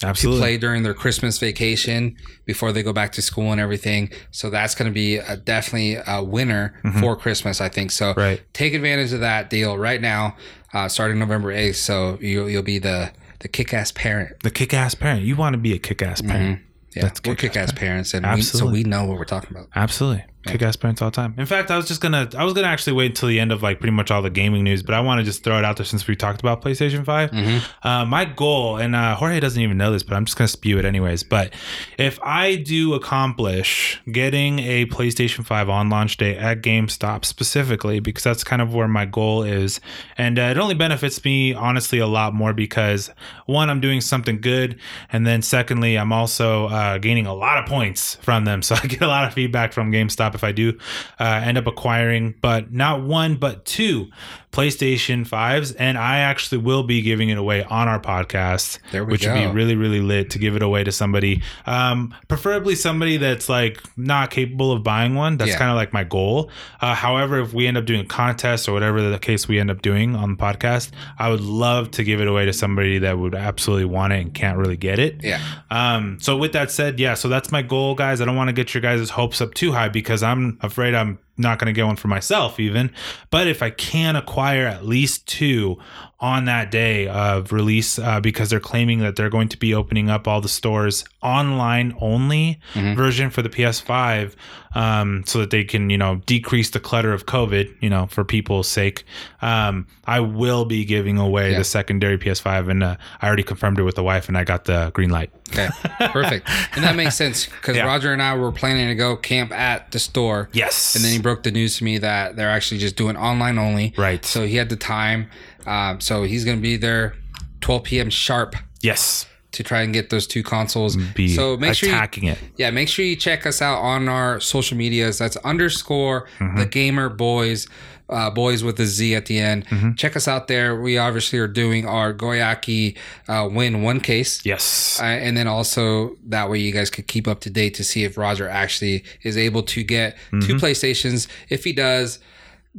to Absolutely. play during their Christmas vacation before they go back to school and everything. So that's going to be a, definitely a winner for Christmas, I think. So Mm-hmm. Right. take advantage of that deal right now, uh, starting November eighth. So you'll you'll be the the kick ass parent. The kick ass parent. You want to be a kick ass Mm-hmm. parent. Yeah, That's we're kick-ass kick ass parents, and we, so Absolutely. we know what we're talking about. Absolutely. Kick ass parents all the time. In fact, I was just gonna I was gonna actually wait until the end of like pretty much all the gaming news, but I wanna just throw it out there since we talked about PlayStation 5. Uh, my goal, and uh, Jorge doesn't even know this, but I'm just gonna spew it anyways. But if I do accomplish getting a PlayStation 5 on launch day at GameStop specifically, because that's kind of where my goal is, and uh, it only benefits me honestly a lot more because one, I'm doing something good, and then secondly, I'm also uh, gaining a lot of points from them. So I get a lot of feedback from GameStop if I do uh, end up acquiring, but not one, but two PlayStation 5s. And I actually will be giving it away on our podcast, There we which would go. be really, really lit to give it away to somebody, um, preferably somebody that's like not capable of buying one. That's Yeah. kind of like my goal. Uh, however, if we end up doing a contest or whatever the case we end up doing on the podcast, I would love to give it away to somebody that would absolutely want it and can't really get it. Yeah, Um, so with that said, yeah, so that's my goal, guys. I don't want to get your guys' hopes up too high because I'm afraid I'm not going to get one for myself even. But if I can acquire at least two on that day of release, uh, because they're claiming that they're going to be opening up all the stores online only version for the PS5, um, so that they can, you know, decrease the clutter of COVID, you know, for people's sake. Um, I will be giving away Yeah. the secondary PS5, and uh, I already confirmed it with the wife, and I got the green light. okay, perfect, and that makes sense because Yeah. Roger and I were planning to go camp at the store. Yes. And then he broke the news to me that they're actually just doing online only. Right. So he had the time. Um, so he's going to be there 12 p.m. sharp yes, to try and get those two consoles. be so make sure you, attacking it. yeah, make sure you check us out on our social medias. That's underscore Mm-hmm. the gamer boys, uh, boys with a Z at the end. Mm-hmm. Check us out there. We obviously are doing our Goyaki uh, win one case. Yes. Uh, and then also that way you guys could keep up to date to see if Roger actually is able to get Mm-hmm. two PlayStations. If he does,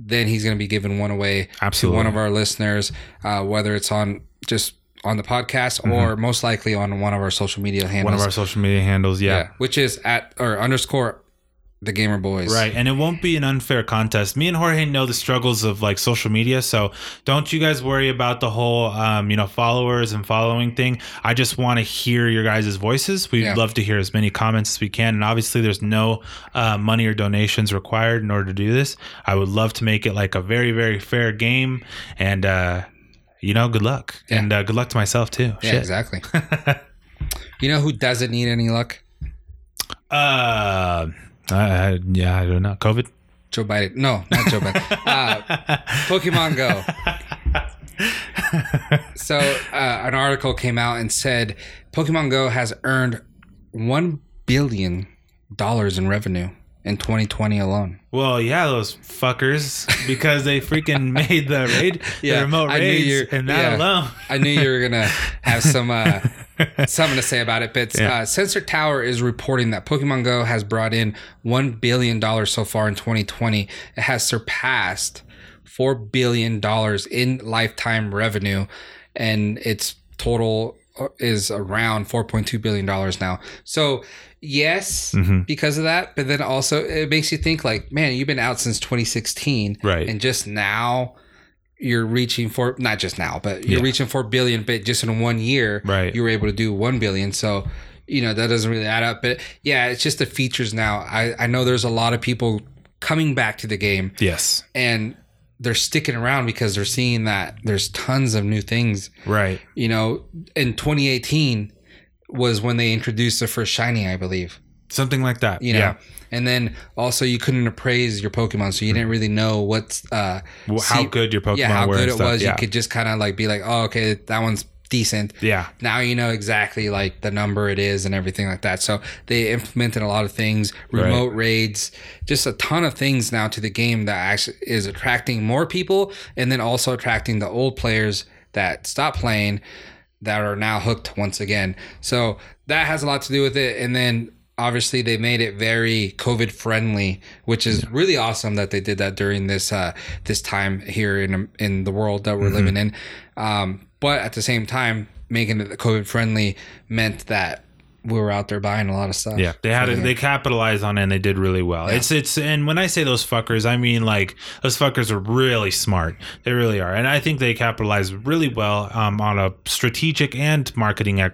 then he's going to be giving one away Absolutely. to one of our listeners, uh, whether it's on just on the podcast Mm-hmm. or most likely on one of our social media handles, One of our social media handles. Yeah. yeah, which is at or underscore the gamer boys. Right. And it won't be an unfair contest. Me and Jorge know the struggles of like social media. So don't you guys worry about the whole, um, you know, followers and following thing. I just want to hear your guys' voices. We'd Yeah. love to hear as many comments as we can. And obviously, there's no uh, money or donations required in order to do this. I would love to make it like a very, very fair game. And, uh, you know, good luck. Yeah. And uh, good luck to myself too. Yeah, Shit. exactly. you know who doesn't need any luck? Uh, I, I, yeah, I don't know. COVID. Joe Biden. No, not Joe Biden. Uh, Pokemon Go. so uh, an article came out and said Pokemon Go has earned one billion dollars in revenue in 2020 alone. Well, yeah, those fuckers because they freaking made the raid, Yeah, the remote I knew you're- raids, and that yeah. alone. I knew you were gonna have some uh, something to say about it, but uh, Sensor Tower is reporting that Pokemon Go has brought in one billion dollars so far in 2020. It has surpassed four billion dollars in lifetime revenue, and its total uh, is around 4.2 billion dollars now. So. Yes, because of that, but then also it makes you think like, man, you've been out since 2016, Right. And just now, you're reaching for not just now, but you're Yeah. reaching for billion, but just in one year, Right. You were able to do one billion, so you know that doesn't really add up. But yeah, it's just the features now. I I know there's a lot of people coming back to the game, Yes, and they're sticking around because they're seeing that there's tons of new things. right. You know, in 2018 was when they introduced the first shiny, I believe. Something like that. You know, and then also you couldn't appraise your Pokemon, so you didn't really know what's uh Well, how see- good your Pokemon yeah, how were. good and it stuff. was. Yeah. You could just kind of like be like, oh, okay, that one's decent. yeah. Now you know exactly like the number it is and everything like that. So they implemented a lot of things, remote raids, just a ton of things now to the game that actually is attracting more people and then also attracting the old players that stop playing that are now hooked once again. So that has a lot to do with it. And then obviously they made it very COVID friendly, which is really awesome that they did that during this uh, this time here in in the world that we're living in. Um, but at the same time, making it COVID friendly meant that we were out there buying a lot of stuff. Yeah, they had it. They capitalized on it, and they did really well. It's it's and when I say those fuckers, I mean like those fuckers are really smart. They really are, and I think they capitalized really well um, on a strategic and marketing uh,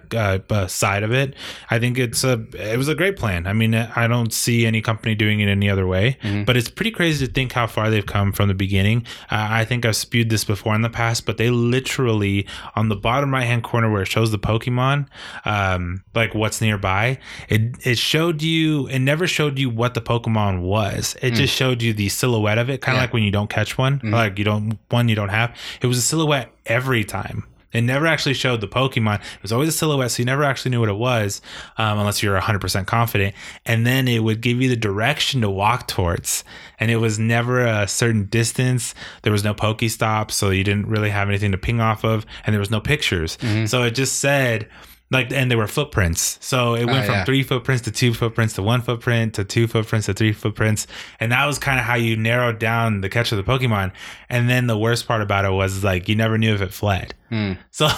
uh, side of it. I think it's a it was a great plan. I mean, I don't see any company doing it any other way. But it's pretty crazy to think how far they've come from the beginning. Uh, I think I've spewed this before in the past, but they literally on the bottom right hand corner where it shows the Pokemon, um, like what's nearby, it it showed you. It never showed you what the Pokemon was. It just showed you the silhouette of it, Hmm. Yeah. kind of Mm-hmm. like when you don't catch one, like you don't one you don't have. It was a silhouette every time. It never actually showed the Pokemon. It was always a silhouette, so you never actually knew what it was um, unless you're 100% confident. And then it would give you the direction to walk towards. And it was never a certain distance. There was no Pokestop, so you didn't really have anything to ping off of. And there was no pictures. Mm-hmm. So it just said, like, and there were footprints. So it went Oh, from yeah. three footprints to two footprints to one footprint to two footprints to three footprints. And that was kind of how you narrowed down the catch of the Pokemon. And then the worst part about it was, like, you never knew if it fled. Hmm. So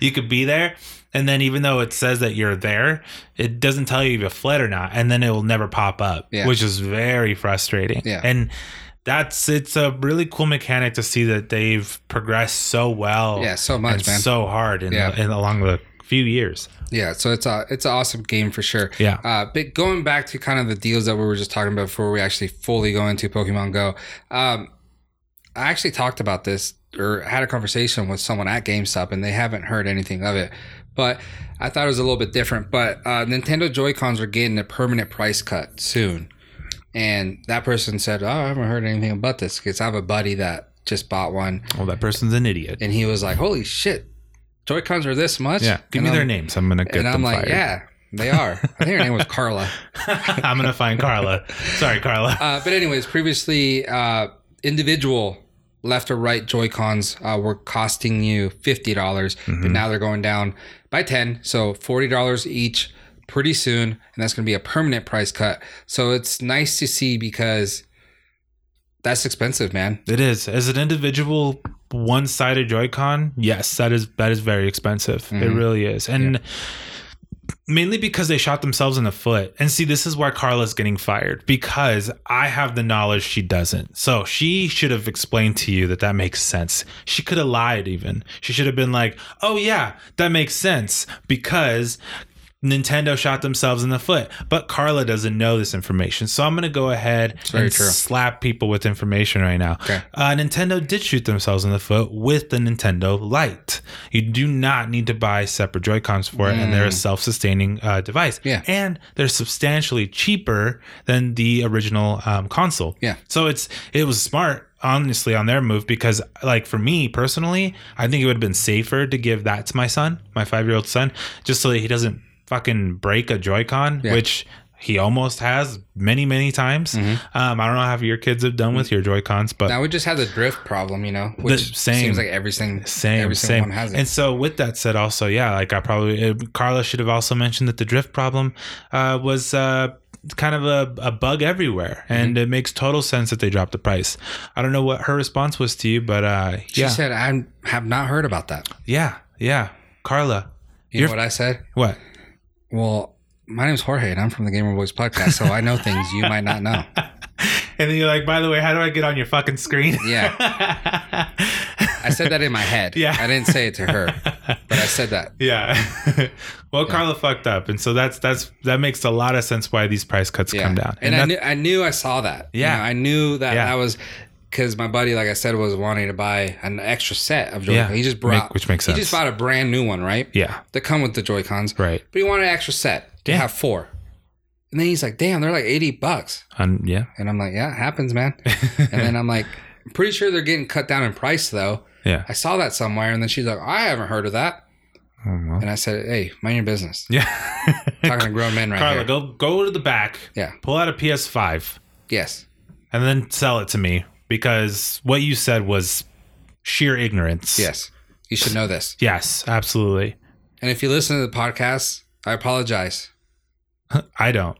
you could be there, and then even though it says that you're there, it doesn't tell you if you fled or not, and then it will never pop up, Yeah. which is very frustrating. Yeah. And that's it's a really cool mechanic to see that they've progressed so well. Yeah, so much, and man. So hard in, Yeah. the, in along the few years. Yeah, so it's a it's an awesome game for sure. Yeah. Uh, but going back to kind of the deals that we were just talking about before we actually fully go into Pokemon Go, um, I actually talked about this or had a conversation with someone at GameStop, and they haven't heard anything of it. But I thought it was a little bit different. But uh, Nintendo Joy Cons are getting a permanent price cut soon, and that person said, "Oh, I haven't heard anything about this because I have a buddy that just bought one, Well, that person's an idiot. and he was like, "Holy shit, Joy Cons are this much?" Yeah, give And me their I'm- names. I'm gonna get and them I'm like, fired. yeah, they are. I think her name was Carla. I'm gonna find Carla. Sorry, Carla. Uh, but anyways, previously, uh, individual left or right Joy Cons uh, were costing you fifty dollars, but now they're going down by ten, so forty dollars each pretty soon, and that's going to be a permanent price cut. So it's nice to see because that's expensive, man. It is. As an individual Mm-hmm. one-sided Joy-Con, yes, that is that is very expensive. It really is. And mainly because they shot themselves in the foot. And see, this is why Carla's getting fired because I have the knowledge she doesn't. So she should have explained to you that that makes sense. She could have lied even. She should have been like, "Oh yeah, that makes sense because Nintendo shot themselves in the foot." But Carla doesn't know this information. So I'm going to go ahead very and true. slap people with information right now. Okay. Uh, Nintendo did shoot themselves in the foot with the Nintendo Lite. You do not need to buy separate Joy Cons for it, and they're a self-sustaining uh, device. Mm. Yeah. and they're substantially cheaper than the original um, console. Yeah. so it's it was smart. Honestly, on their move, because like for me personally, I think it would have been safer to give that to my son, my five-year-old son, just so that he doesn't fucking break a Joy-Con, Yeah. which he almost has many, many times. Um, I don't know how your kids have done with your Joy Cons, but Now we just have the drift problem, you know, which same. seems like everything, same, every single same. one has it. And so, with that said, also, yeah, like I probably uh, Carla should have also mentioned that the drift problem uh, was uh, kind of a, a bug everywhere, and it makes total sense that they dropped the price. I don't know what her response was to you, but uh, she yeah, said, "I have not heard about that." yeah, yeah, Carla, You You're- know what I said? what? Well, my name's Jorge, and I'm from the Gamer Boys podcast, so I know things you might not know. And then you're like, by the way, how do I get on your fucking screen? Yeah, I said that in my head. Yeah. I didn't say it to her, but I said that. Yeah. well, Carla fucked up, and so that's that's that makes a lot of sense why these price cuts Yeah. come down. And, that's- I knew, I knew I saw that. You Yeah. know, I knew that Yeah. that was because my buddy, like I said, was wanting to buy an extra set of Joy. Yeah. Cons. He just brought, Make- which makes He sense. just bought a brand new one, right? yeah, That come with the Joy Cons, right. but he wanted an extra set to Yeah. have four. And then he's like, "Damn, they're like eighty bucks." And yeah, And I'm like, "Yeah, it happens, man." and then I'm like, "I'm pretty sure they're getting cut down in price, though." yeah. I saw that somewhere, and then she's like, "I haven't heard of that." I don't know. And I said, "Hey, mind your business." Yeah. Talking to grown men right Carla, here. go go to the back. Yeah. Pull out a PS5 Yes. and then sell it to me because what you said was sheer ignorance. Yes. You should know this. Yes, absolutely. And if you listen to the podcast, I apologize. I don't.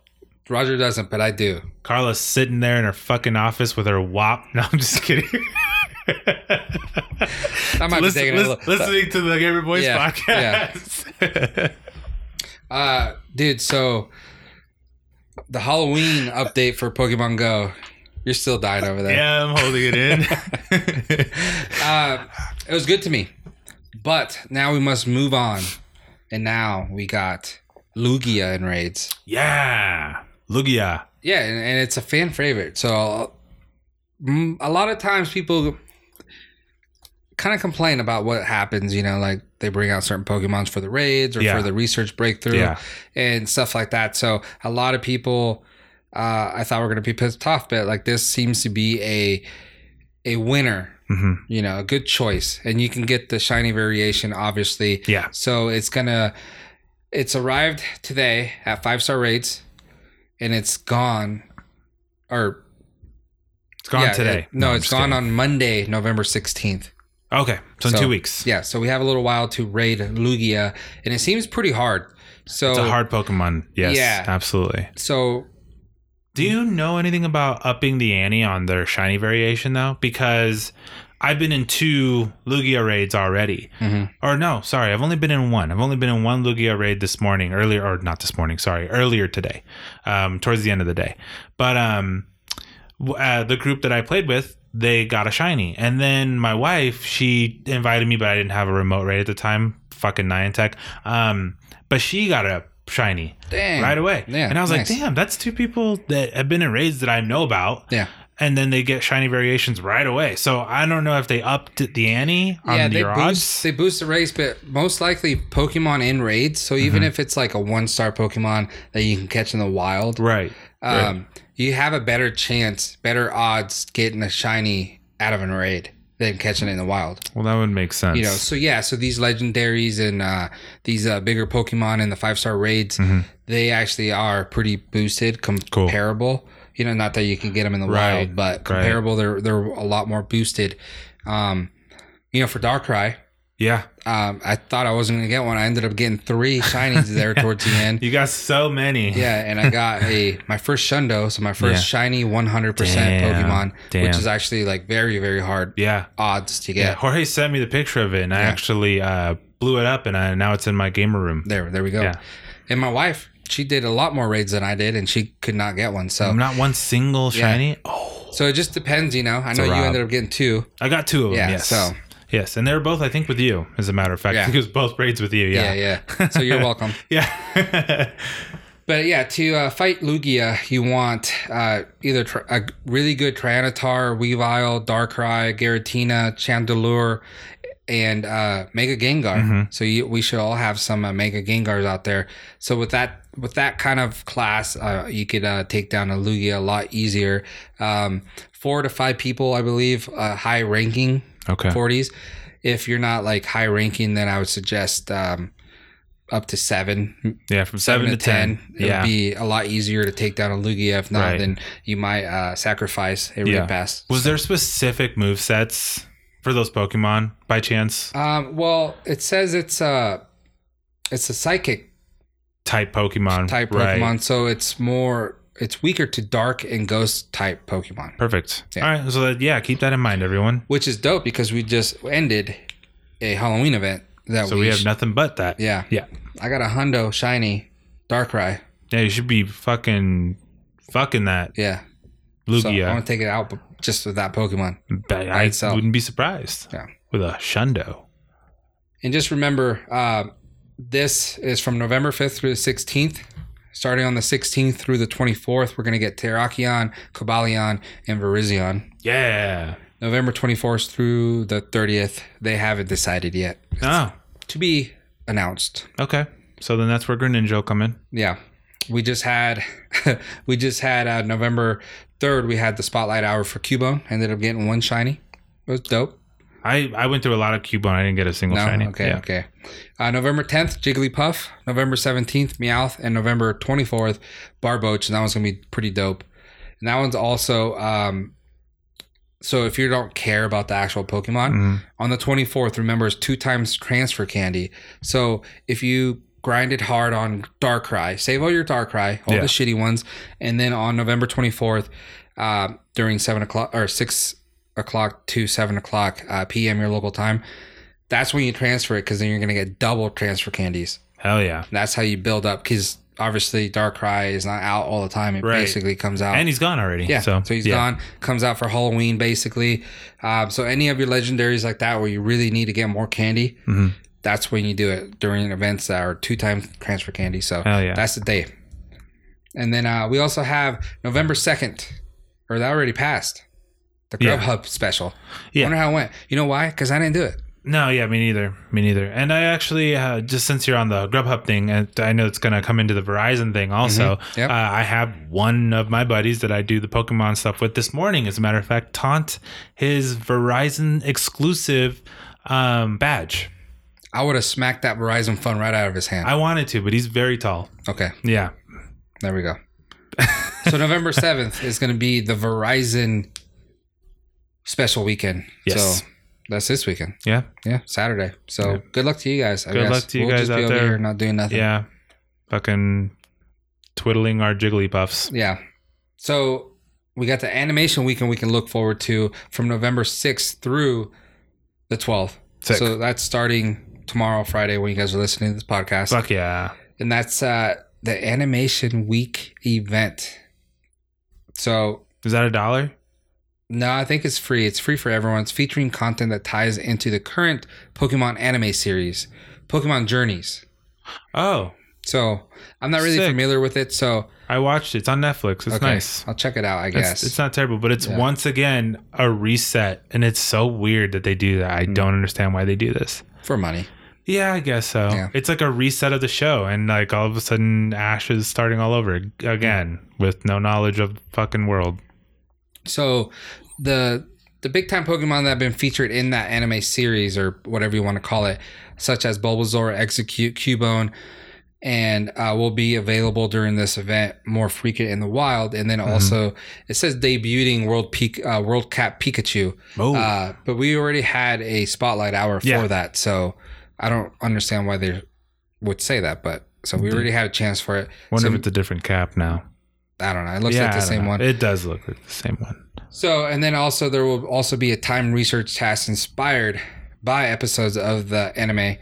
Roger doesn't, but I do. Carla's sitting there in her fucking office with her wop. No, I'm just kidding. I might Listen- be taking a lis- little. but- listening to the Gamer Boys Yeah, podcast. Uh, dude, so the Halloween update for Pokemon Go, you're still dying over there. yeah, I'm holding it in. Uh, it was good to me. But now we must move on. And now we got Lugia in raids. yeah. Lugia. Yeah, and, and it's a fan favorite. So mm, a lot of times people kind of complain about what happens, you know, like they bring out certain Pokemons for the raids or Yeah. for the research breakthrough Yeah. and stuff like that. So a lot of people, uh, I thought were going to be pissed off, but like this seems to be a a winner, hmm you know, a good choice, and you can get the shiny variation, obviously. Yeah. So it's gonna it's arrived today at five star rates and it's gone or It's gone yeah, today. it- no, I'm it's just gone kidding. on Monday, November sixteenth. Okay. So, in So, two weeks. Yeah, so we have a little while to raid Lugia and it seems pretty hard. So It's a hard Pokemon. Yes. Yeah. Absolutely. so Do you know anything about upping the ante on their shiny variation though? Because I've been in two Lugia raids already. Mhm. Or no, sorry, I've only been in one. I've only been in one Lugia raid this morning, earlier or not this morning, sorry, earlier today, um, towards the end of the day. But um, w- uh, the group that I played with, they got a shiny, and then my wife, she invited me, but I didn't have a remote raid at the time. Fucking Niantic. Um, but she got a shiny Dang. right away. Yeah, and I was nice. like, damn, that's two people that have been in raids that I know about. yeah. And then they get shiny variations right away. So I don't know if they upped the ante on yeah, the they your boost odds. they boost the race, but most likely Pokemon in raids. So even Mm-hmm. if it's like a one star Pokemon that you can catch in the wild, Right. um, you have a better chance, better odds getting a shiny out of an raid than catching it in the wild. Well, that would make sense. You know, so yeah, so these legendaries and uh, these uh, bigger Pokemon and the five star raids, they actually are pretty boosted, com- Mm-hmm. Cool. comparable. You know, not that you can get them in the Right, wild, but comparable, they're they're a lot more boosted. Um, you know, for Darkrai, yeah. um, I thought I wasn't gonna get one. I ended up getting three shinies there towards the end. You got so many. Yeah, and I got a my first Shundo, so my first Yeah. shiny 100% Damn, Pokemon, which damn. is actually like very very hard Yeah. odds to Yeah. get. Jorge sent me the picture of it, and I Oh, Yeah. actually uh, blew it up, and I, now it's in my gamer room. There, there we go. Yeah. And my wife, she did a lot more raids than I did, and she could not get one. So, I'm not one single Yeah. shiny. Oh, so it just depends, you know. I know you Rob. ended up getting two. I got two of them. Yeah, yes. so- Yes, and they were both, I think, with you. As a matter of fact, Yeah. because both braids with you. Yeah, Yeah, yeah. So you're welcome. yeah. But yeah, to uh, fight Lugia, you want uh, either tri- a really good Tyranitar, Weavile, Darkrai, Giratina, Chandelure, and uh, Mega Gengar. So you, we should all have some uh, Mega Gengars out there. So with that with that kind of class, uh, you could uh, take down a Lugia a lot easier. Um, four to five people, I believe, uh, high ranking okay. 40s. If you're not like high ranking, then I would suggest um, up to seven, Yeah, from seven, to ten. it Yeah. would be a lot easier to take down a Lugia. If not, Right. then you might uh, sacrifice a yeah. Yeah. pass. Was there specific move sets for those Pokemon by chance? Um, well, it says it's a it's a psychic type Pokemon. type right. Pokemon, so it's more it's weaker to dark and ghost type Pokemon, Perfect. Yeah. All right. So that, yeah, keep that in mind, everyone. which is dope because we just ended a Halloween event that So we have sh- nothing but that. yeah Yeah. I got a Hundo shiny Darkrai Yeah. You should be fucking, fucking that yeah so I Lugia. want to take it out but just with that Pokemon. but by I itself. wouldn't be surprised. Yeah. With a Shundo. And just remember, uh, this is from November 5th through the 16th. Starting on the 16th through the 24th, we're going to get Terrakion, Kobalion, and Virizion. Yeah. November 24th through the 30th, they haven't decided yet. Oh. To be announced. Okay. So then that's where Greninja will come in. Yeah. We just had, we just had uh, November 3rd, we had the spotlight hour for Cubone. Ended up getting one shiny. It was dope. I, I went through a lot of Cubone. I didn't get a single No, shiny. okay, Yeah. okay. Uh, November 10th, Jigglypuff. November 17th, Meowth. And November 24th, Barboach. And that one's going to be pretty dope. And that one's also, um, so if you don't care about the actual Pokemon, Mhm. on the 24th, remember, it's two times transfer candy. So if you grinded hard on Darkrai, save all your Darkrai, all Yeah. the shitty ones. And then on November 24th, uh, during 7 o'clock or 6 o'clock to 7 o'clock uh, p.m. your local time, that's when you transfer it because then you're going to get double transfer candies. Hell yeah. That's how you build up because obviously Darkrai is not out all the time. It Right. basically comes out. And he's gone already. yeah, so, So, he's yeah. gone. Comes out for Halloween, basically. Um, so any of your legendaries like that, where you really need to get more candy, Mhm. that's when you do it during events that are two times transfer candy. So Hell yeah. that's the day. And then uh, we also have November second, or that already passed, the Yeah. Grubhub special. Yeah. wonder how it went. You know why? Because I didn't do it. No, yeah, me neither. Me neither. And I actually, uh, just since you're on the Grubhub thing, and I know it's going to come into the Verizon thing also. Mm-hmm. Yep. Uh, I have one of my buddies that I do the Pokemon stuff with this morning, as a matter of fact, taunt his Verizon exclusive um, badge. I would have smacked that Verizon phone right out of his hand. I wanted to, but he's very tall. okay, Yeah. there we go. so November seventh is going to be the Verizon special weekend. Yes. So that's this weekend. Yeah. Yeah, Saturday. So good luck to you guys. I Good guess. luck to you we'll guys just be out over there. here not doing nothing. Yeah. Fucking twiddling our Jigglypuffs. Yeah. So we got the animation weekend we can look forward to from November 6th through the 12th. Sick. So that's starting tomorrow, Friday, when you guys are listening to this podcast. Fuck yeah. And that's uh, the animation week event. So Is that a dollar? No, I think it's free. It's free for everyone. It's featuring content that ties into the current Pokemon anime series, Pokemon Journeys. Oh, So I'm not really Sick. familiar with it. So I watched it. It's on Netflix. It's okay, nice. I'll check it out. I It's, guess it's not terrible, but it's Yeah. once again a reset, and it's so weird that they do that. I Mm. don't understand why they do this. for money. Yeah, I guess so. Yeah. It's like a reset of the show, and like all of a sudden, Ash is starting all over ag- Mm. again with no knowledge of the fucking world. So the the big time Pokemon that have been featured in that anime series or whatever you want to call it, such as Bulbasaur, Execute, Cubone, and uh, will be available during this event more frequent in the wild. And then Mm-hmm. also it says debuting World Peak uh, World Cap Pikachu. Oh, Uh, but we already had a spotlight hour Yeah. for that, so I don't understand why they would say that. But so we already had a chance for it. wonder so- if it's a different cap now. I don't know. It looks yeah, like I the don't same know. one. It does look like the same one. So, and then also there will also be a time research task inspired by episodes of the anime.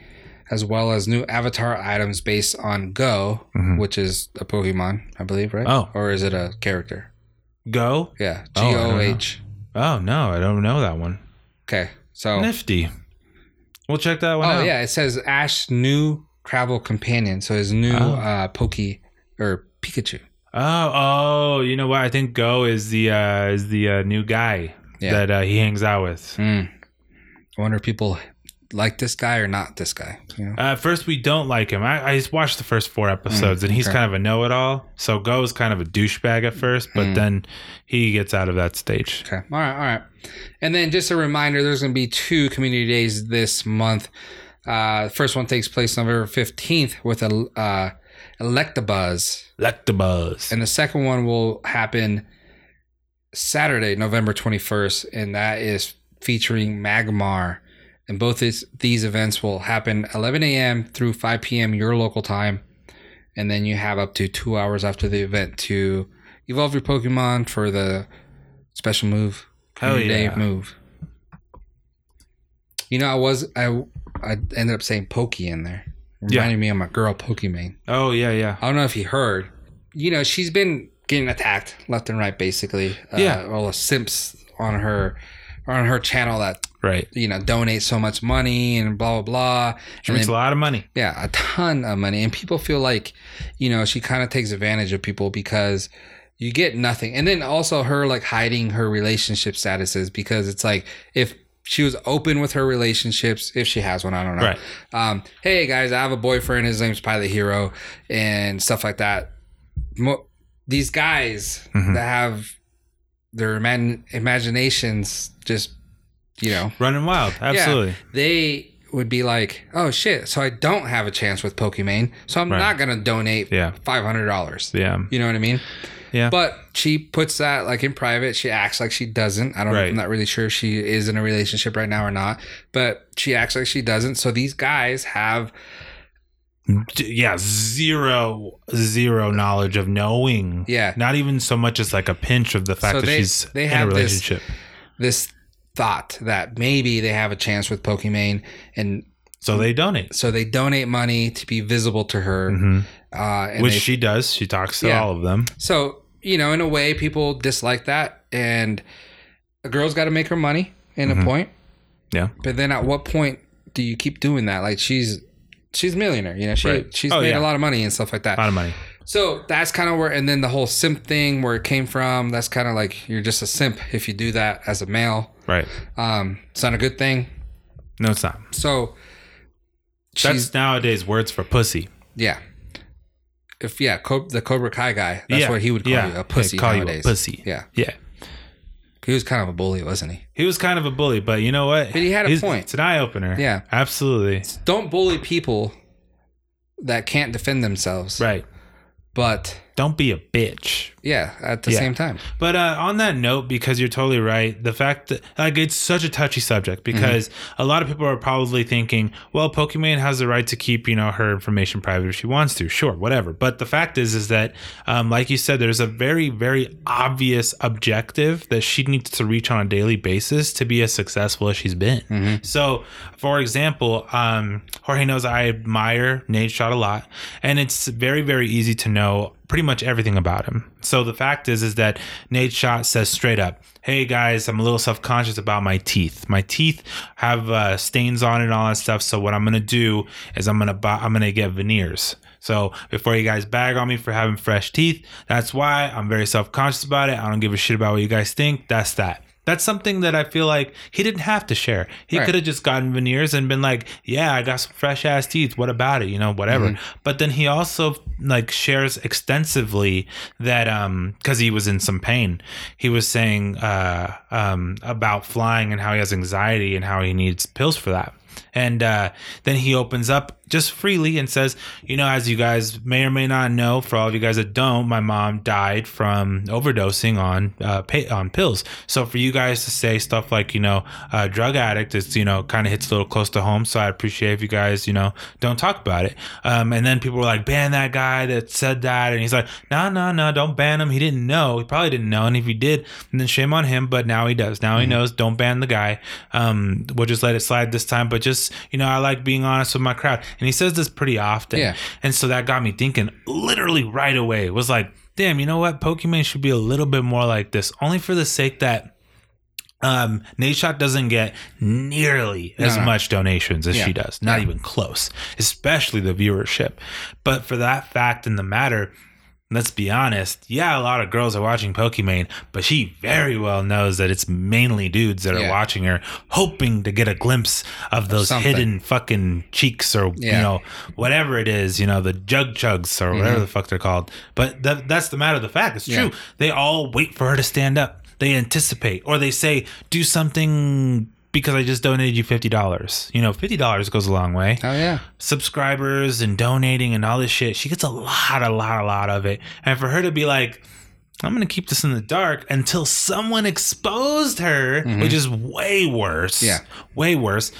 as well as new avatar items based on Go, Mhm. which is a Pokemon, I believe, right? Oh. Or is it a character? Go? Yeah. G Oh, I don't know. O H. Oh no, I don't know that one. Okay. So Nifty. We'll check that one Oh out. yeah, it says Ash new travel companion, so his new Oh. uh Pokey or Pikachu. Oh, oh, you know what? I think Go is the uh, is the uh, new guy Yeah. that uh, he hangs out with. Mm. I wonder if people like this guy or not this guy. You know? At Uh, first, we don't like him. I, I just watched the first four episodes, and he's Mm, okay. kind of a know-it-all. So Go is kind of a douchebag at first, but Mm. then he gets out of that stage. Okay. All right. All right. And then just a reminder, there's going to be two community days this month. Uh, the first one takes place November 15th with a uh, Electabuzz, Electabuzz. and the second one will happen Saturday, November 21st, and that is featuring Magmar. And both is, these events will happen 11 a.m. through 5 p.m. your local time, and then you have up to two hours after the event to evolve your Pokemon for the special move. Hell Community yeah. move. You know, I was I I ended up saying Pokey in there. Yeah. Reminded me of my girl Pokimane. Oh yeah, yeah. I don't know if you heard. You know, she's been getting attacked left and right, basically. Yeah. Uh, all the simps on her on her channel that Right. you know donate so much money and blah blah blah. She And makes then- a lot of money. yeah, a ton of money. And people feel like, you know, she kind of takes advantage of people because you get nothing. And then also her like hiding her relationship statuses because it's like if she was open with her relationships, if she has one, I don't know. Right. Um, hey guys, I have a boyfriend. His name's Pilot Hero and stuff like that. Mo- these guys Mhm. that have their imagine imaginations just, you know, Running wild. Absolutely. they would be like, "Oh shit!" So I don't have a chance with Pokimane, so I'm Right. not gonna donate Yeah. five hundred dollars. Yeah. You know what I mean? Yeah. But she puts that like in private. She acts like she doesn't. I don't. Right. I'm not really sure if she is in a relationship right now or not. But she acts like she doesn't. So these guys have D- yeah. Zero, zero knowledge of knowing. Yeah. Not even so much as like a pinch of the fact So that they- she's they in a have this- relationship. this thought that maybe they have a chance with Pokimane, and so they donate. so they donate money to be visible to her. hmm Uh, and Which they she does. She talks to Yeah. all of them. So, you know, in a way, people dislike that. And a girl's got to make her money in a Mhm. point. Yeah. But then at what point do you keep doing that? Like, she's. She's a millionaire, you know. She Right. she's Oh, made yeah. a lot of money and stuff like A lot that. of money. So that's kind of where, and then the whole simp thing, where it came from. That's kind of like you're just a simp if you do that as a male. Right. Um, it's not a good thing. No, it's not. So she's That's nowadays words for pussy. yeah. If yeah, Co- the Cobra Kai guy. That's Yeah. what he would call Yeah. you a pussy He'd call nowadays. you a pussy. Yeah, Yeah. he was kind of a bully, wasn't he? He was kind of a bully, but you know what? But he had a point. It's an eye opener. Yeah. Absolutely. don't bully people that can't defend themselves. Right. But Don't be a bitch. yeah, at the Yeah. same time, But uh, on that note, because you're totally right, the fact that like it's such a touchy subject because a lot of people are probably thinking, well, Pokemon has the right to keep you know her information private if she wants to, sure, whatever. But the fact is, is that um, like you said, there's a very very obvious objective that she needs to reach on a daily basis to be as successful as she's been. So, for example, um, Jorge knows I admire Nate Shot a lot, and it's very very easy to know pretty much everything about him. So the fact is is that Nate Shot says straight up, "Hey guys, I'm a little self-conscious about my teeth. My teeth have uh, stains on it and all that stuff. So what I'm going to do is I'm going to buy I'm going to get veneers." So before you guys bag on me for having fresh teeth, that's why I'm very self-conscious about it. I don't give a shit about what you guys think. That's that. That's something that I feel like he didn't have to share. He Right. could have just gotten veneers and been like, "Yeah, I got some fresh ass teeth. What about it? You know, whatever." But then he also like shares extensively that um because he was in some pain, he was saying uh um about flying and how he has anxiety and how he needs pills for that. And uh, then he opens up just freely and says, You know, as you guys may or may not know, for all of you guys that don't, my mom died from overdosing on uh, pa- on pills. So for you guys to say stuff like, you know, uh, drug addict is, you know, kind of hits a little close to home. So I appreciate if you guys, you know, don't talk about it. Um, and then people were like, Ban that guy that said that. And he's like, No, no, no, don't ban him. He didn't know. He probably didn't know. And if he did, then shame on him. But now he does. Now he knows. Don't ban the guy. Um, we'll just let it slide this time. But but just you know, I like being honest with my crowd. And he says this pretty often. Yeah. And so that got me thinking literally right away. It was like, damn, you know what? Pokemon should be a little bit more like this, only for the sake that um Nate Shot doesn't get nearly as no. much donations as Yeah. she does. Not Yeah. even close, especially the viewership. But for that fact and the matter, let's be honest, yeah, a lot of girls are watching Pokimane, but she very well knows that it's mainly dudes that are Yeah. watching her, hoping to get a glimpse of those something. hidden fucking cheeks or you Yeah. know whatever it is, you know the jug chugs or whatever the fuck they're called. But that, that's the matter of the fact. It's Yeah. true. They all wait for her to stand up. They anticipate, or they say, "Do something." Because I just donated you fifty dollars. You know, fifty dollars goes a long way Oh yeah. subscribers and donating and all this shit. She gets a lot, a lot, a lot of it. And for her to be like, I'm gonna keep this in the dark until someone exposed her, which is way worse. Mm-hmm. Yeah. Way worse.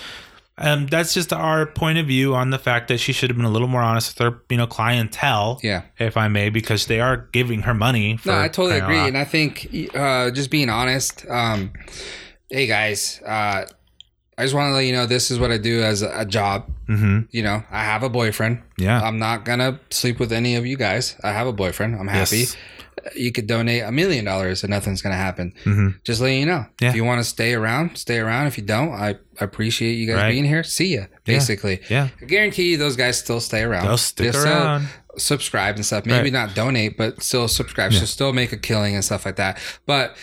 Um, that's just our point of view on the fact that she should have been a little more honest with her, you know, clientele. Yeah. If I may, because they are giving her money. For No, I totally crying out agree, loud. and I think uh, just being honest. Um, hey guys, uh, I just want to let you know this is what I do as a, a job. Mhm. You know, I have a boyfriend. Yeah. I'm not gonna sleep with any of you guys. I have a boyfriend. I'm happy. Yes. You could donate a million dollars and nothing's gonna happen. Mhm. Just letting you know. Yeah. If you want to stay around, stay around. If you don't, I I appreciate you guys Right. being here. See ya. Basically, Yeah. I guarantee you those guys still stay around. They'll stick still around. subscribe and stuff. Maybe Right. not donate, but still subscribe. So still make a killing and stuff like that. But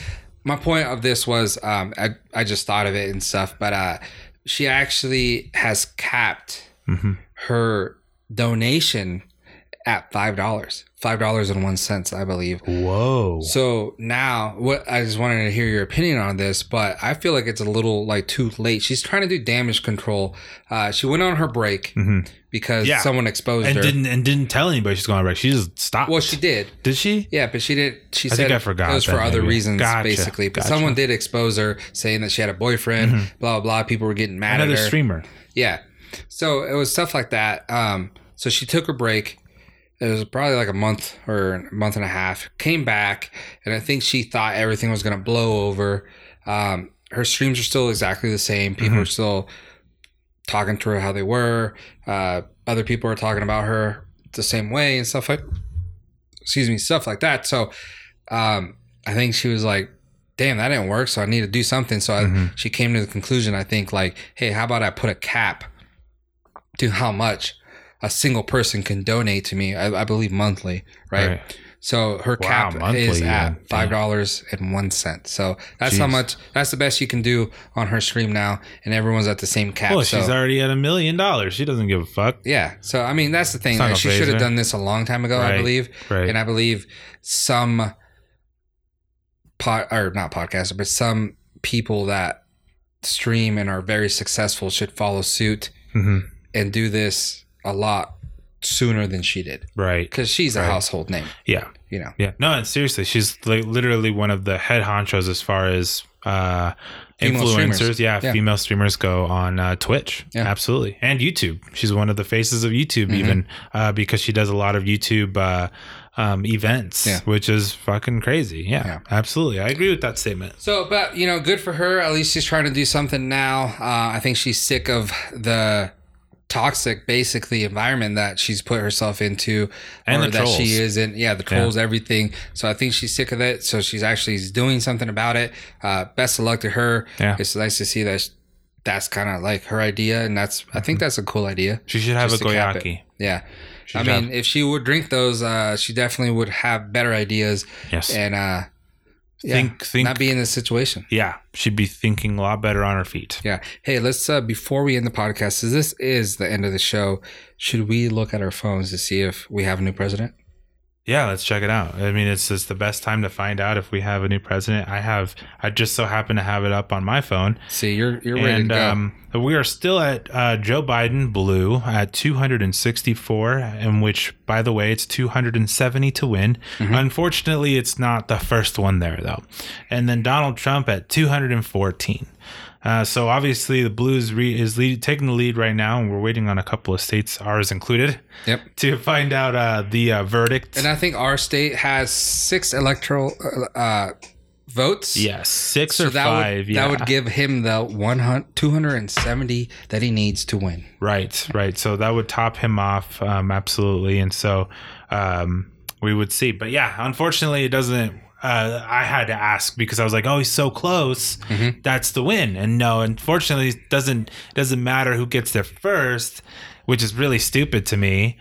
my point of this was um, I, I just thought of it and stuff, but uh, she actually has capped Mm-hmm. her donation at five dollars. Five dollars and one cents, I believe. Whoa. So now, what I just wanted to hear your opinion on this, but I feel like it's a little like too late. She's trying to do damage control. Uh, she went on her break because Mm-hmm. Yeah. someone exposed and her. didn't and didn't tell anybody she's going to wreck. She just stopped. well, she did. did she? Yeah, but she did. She I said think I forgot it was that, for other maybe. reasons, Gotcha, basically. But gotcha. Mm-hmm. someone did expose her, saying that she had a boyfriend. Blah blah blah. People were getting mad Another at her. streamer. Yeah. So it was stuff like that. Um, so she took a break. It was probably like a month or a month and a half. Came back, and I think she thought everything was going to blow over. Um, her streams are still exactly the same. People are still talking to her how they were. Uh, other people are talking about her the same way and stuff like, excuse me, stuff like that. So um, I think she was like, damn, that didn't work. So I need to do something. So I, Mm-hmm. she came to the conclusion, I think, like, hey, how about I put a cap to how much a single person can donate to me? I, I believe monthly, right? Right. So her Wow, cap monthly, is yeah. at five dollars and one cent. So that's how Jeez. much. That's the best you can do on her stream now, and everyone's at the same cap. Well, so she's already at a million dollars. She doesn't give a fuck. yeah. So I mean, that's the thing. not Like, gonna she phase should her. have done this a long time ago, Right, I believe. right. And I believe some pod or not podcaster, but some people that stream and are very successful should follow suit and do this a lot sooner than she did Right. because she's a household name. Yeah. You know. Yeah. No, and seriously, she's like literally one of the head honchos as far as uh Female influencers. streamers. Yeah, Yeah. female streamers go on uh, Twitch. Yeah. Mm-hmm. Absolutely. And YouTube. She's one of the faces of YouTube even uh because she does a lot of YouTube uh um, events, Yeah. which is fucking crazy. Yeah, Yeah. absolutely. I agree with that statement. So, but you know, good for her. At least she's trying to do something now. Uh, I think she's sick of the toxic, basically, environment that she's put herself into, And or the that trolls. she is in. Yeah, the trolls, everything. So I think she's sick of it. So she's actually doing something about it. Uh, best of luck to her. Yeah. It's nice to see that. that's kind of like her idea, and that's I think that's a cool idea. Mm-hmm. She should have Just a to cap it. goyaki. Yeah, I should mean, if she would drink those, uh, she definitely would have better ideas Yes. and uh, yeah, Think- think- not be in this situation. yeah, she'd be thinking a lot better on her feet. Yeah. Hey, let's uh before we end the podcast, since this is the end of the show, should we look at our phones to see if we have a new president? Yeah, let's check it out. I mean, it's it's the best time to find out if we have a new president. I have I just so happen to have it up on my phone, See, you're you're ready and to go. um, we are still at uh, Joe Biden blue at 264, in which, by the way, it's 270 to win. Mm-hmm. Unfortunately, it's not the first one there though, and then Donald Trump at 214. Uh, so obviously, the Blues re- is lead- taking the lead right now, and we're waiting on a couple of states, ours included, yep. to find out uh, the uh, verdict. And I think our state has six electoral uh, uh votes. Yes, six So or that five. would yeah. that would give him the 100, 270 that he needs to win. Right, right. So that would top him off, um, absolutely. And so um, we would see. But yeah, unfortunately, it doesn't. Uh, I had to ask because I was like, "Oh, he's so close. Mm-hmm. That's the win." And no, unfortunately, it doesn't doesn't matter who gets there first, which is really stupid to me.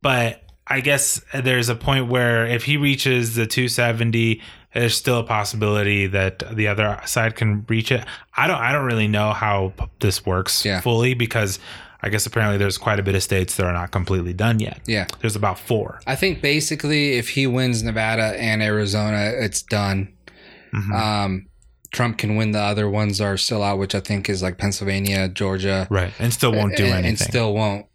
But I guess there's a point where if he reaches the 270, there's still a possibility that the other side can reach it. I don't. I don't really know how p- this works Yeah. fully because I guess apparently there's quite a bit of states that are not completely done yet. Yeah. There's about four. I think basically, if he wins Nevada and Arizona, it's done. Mm-hmm. Um, Trump can win the other ones that are still out, which I think is like Pennsylvania, Georgia, Right, and still won't do and, anything. and still won't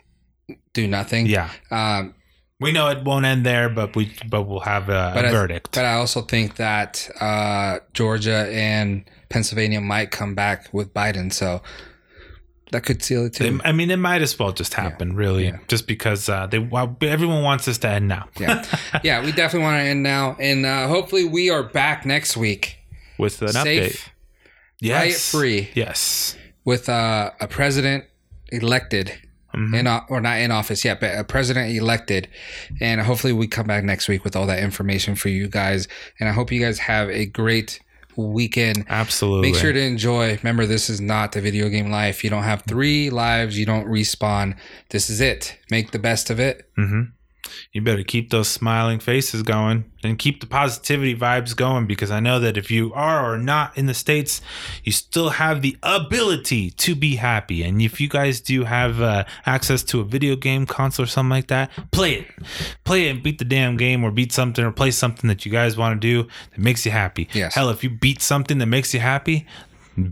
do nothing. yeah, Um, we know it won't end there, but we but we'll have a, a but I, verdict. But I also think that uh, Georgia and Pennsylvania might come back with Biden, so that could seal it too. They- I mean, it might as well just happen, really, Yeah. just because uh, they well, everyone wants this to end now. yeah, yeah. We definitely want to end now, and uh, hopefully we are back next week. with an Safe. update. Yes. free. Yes. with uh, a president elected in o- or not in office yet, but a president elected, and hopefully we come back next week with all that information for you guys. And I hope you guys have a great weekend. Absolutely. Make sure to enjoy. Remember, this is not the video game life. You don't have three lives. You don't respawn. This is it. Make the best of it. you better keep those smiling faces going and keep the positivity vibes going because I know that if you are or not in the States, you still have the ability to be happy. And if you guys do have uh, access to a video game console or something like that, play it. Play it and beat the damn game or beat something or play something that you guys want to do that makes you happy. Yes. Hell, if you beat something that makes you happy,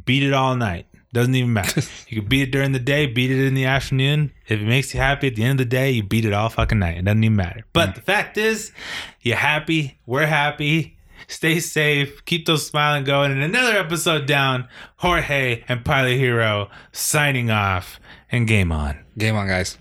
beat it all night. Doesn't even matter. you can beat it during the day, beat it in the afternoon. If it makes you happy at the end of the day, you beat it all fucking night. It doesn't even matter. But the fact is, you're happy. We're happy. Stay safe. Keep those smiling going. And another episode down. Jorge and Pilot Hero signing off and game on. Game on, guys.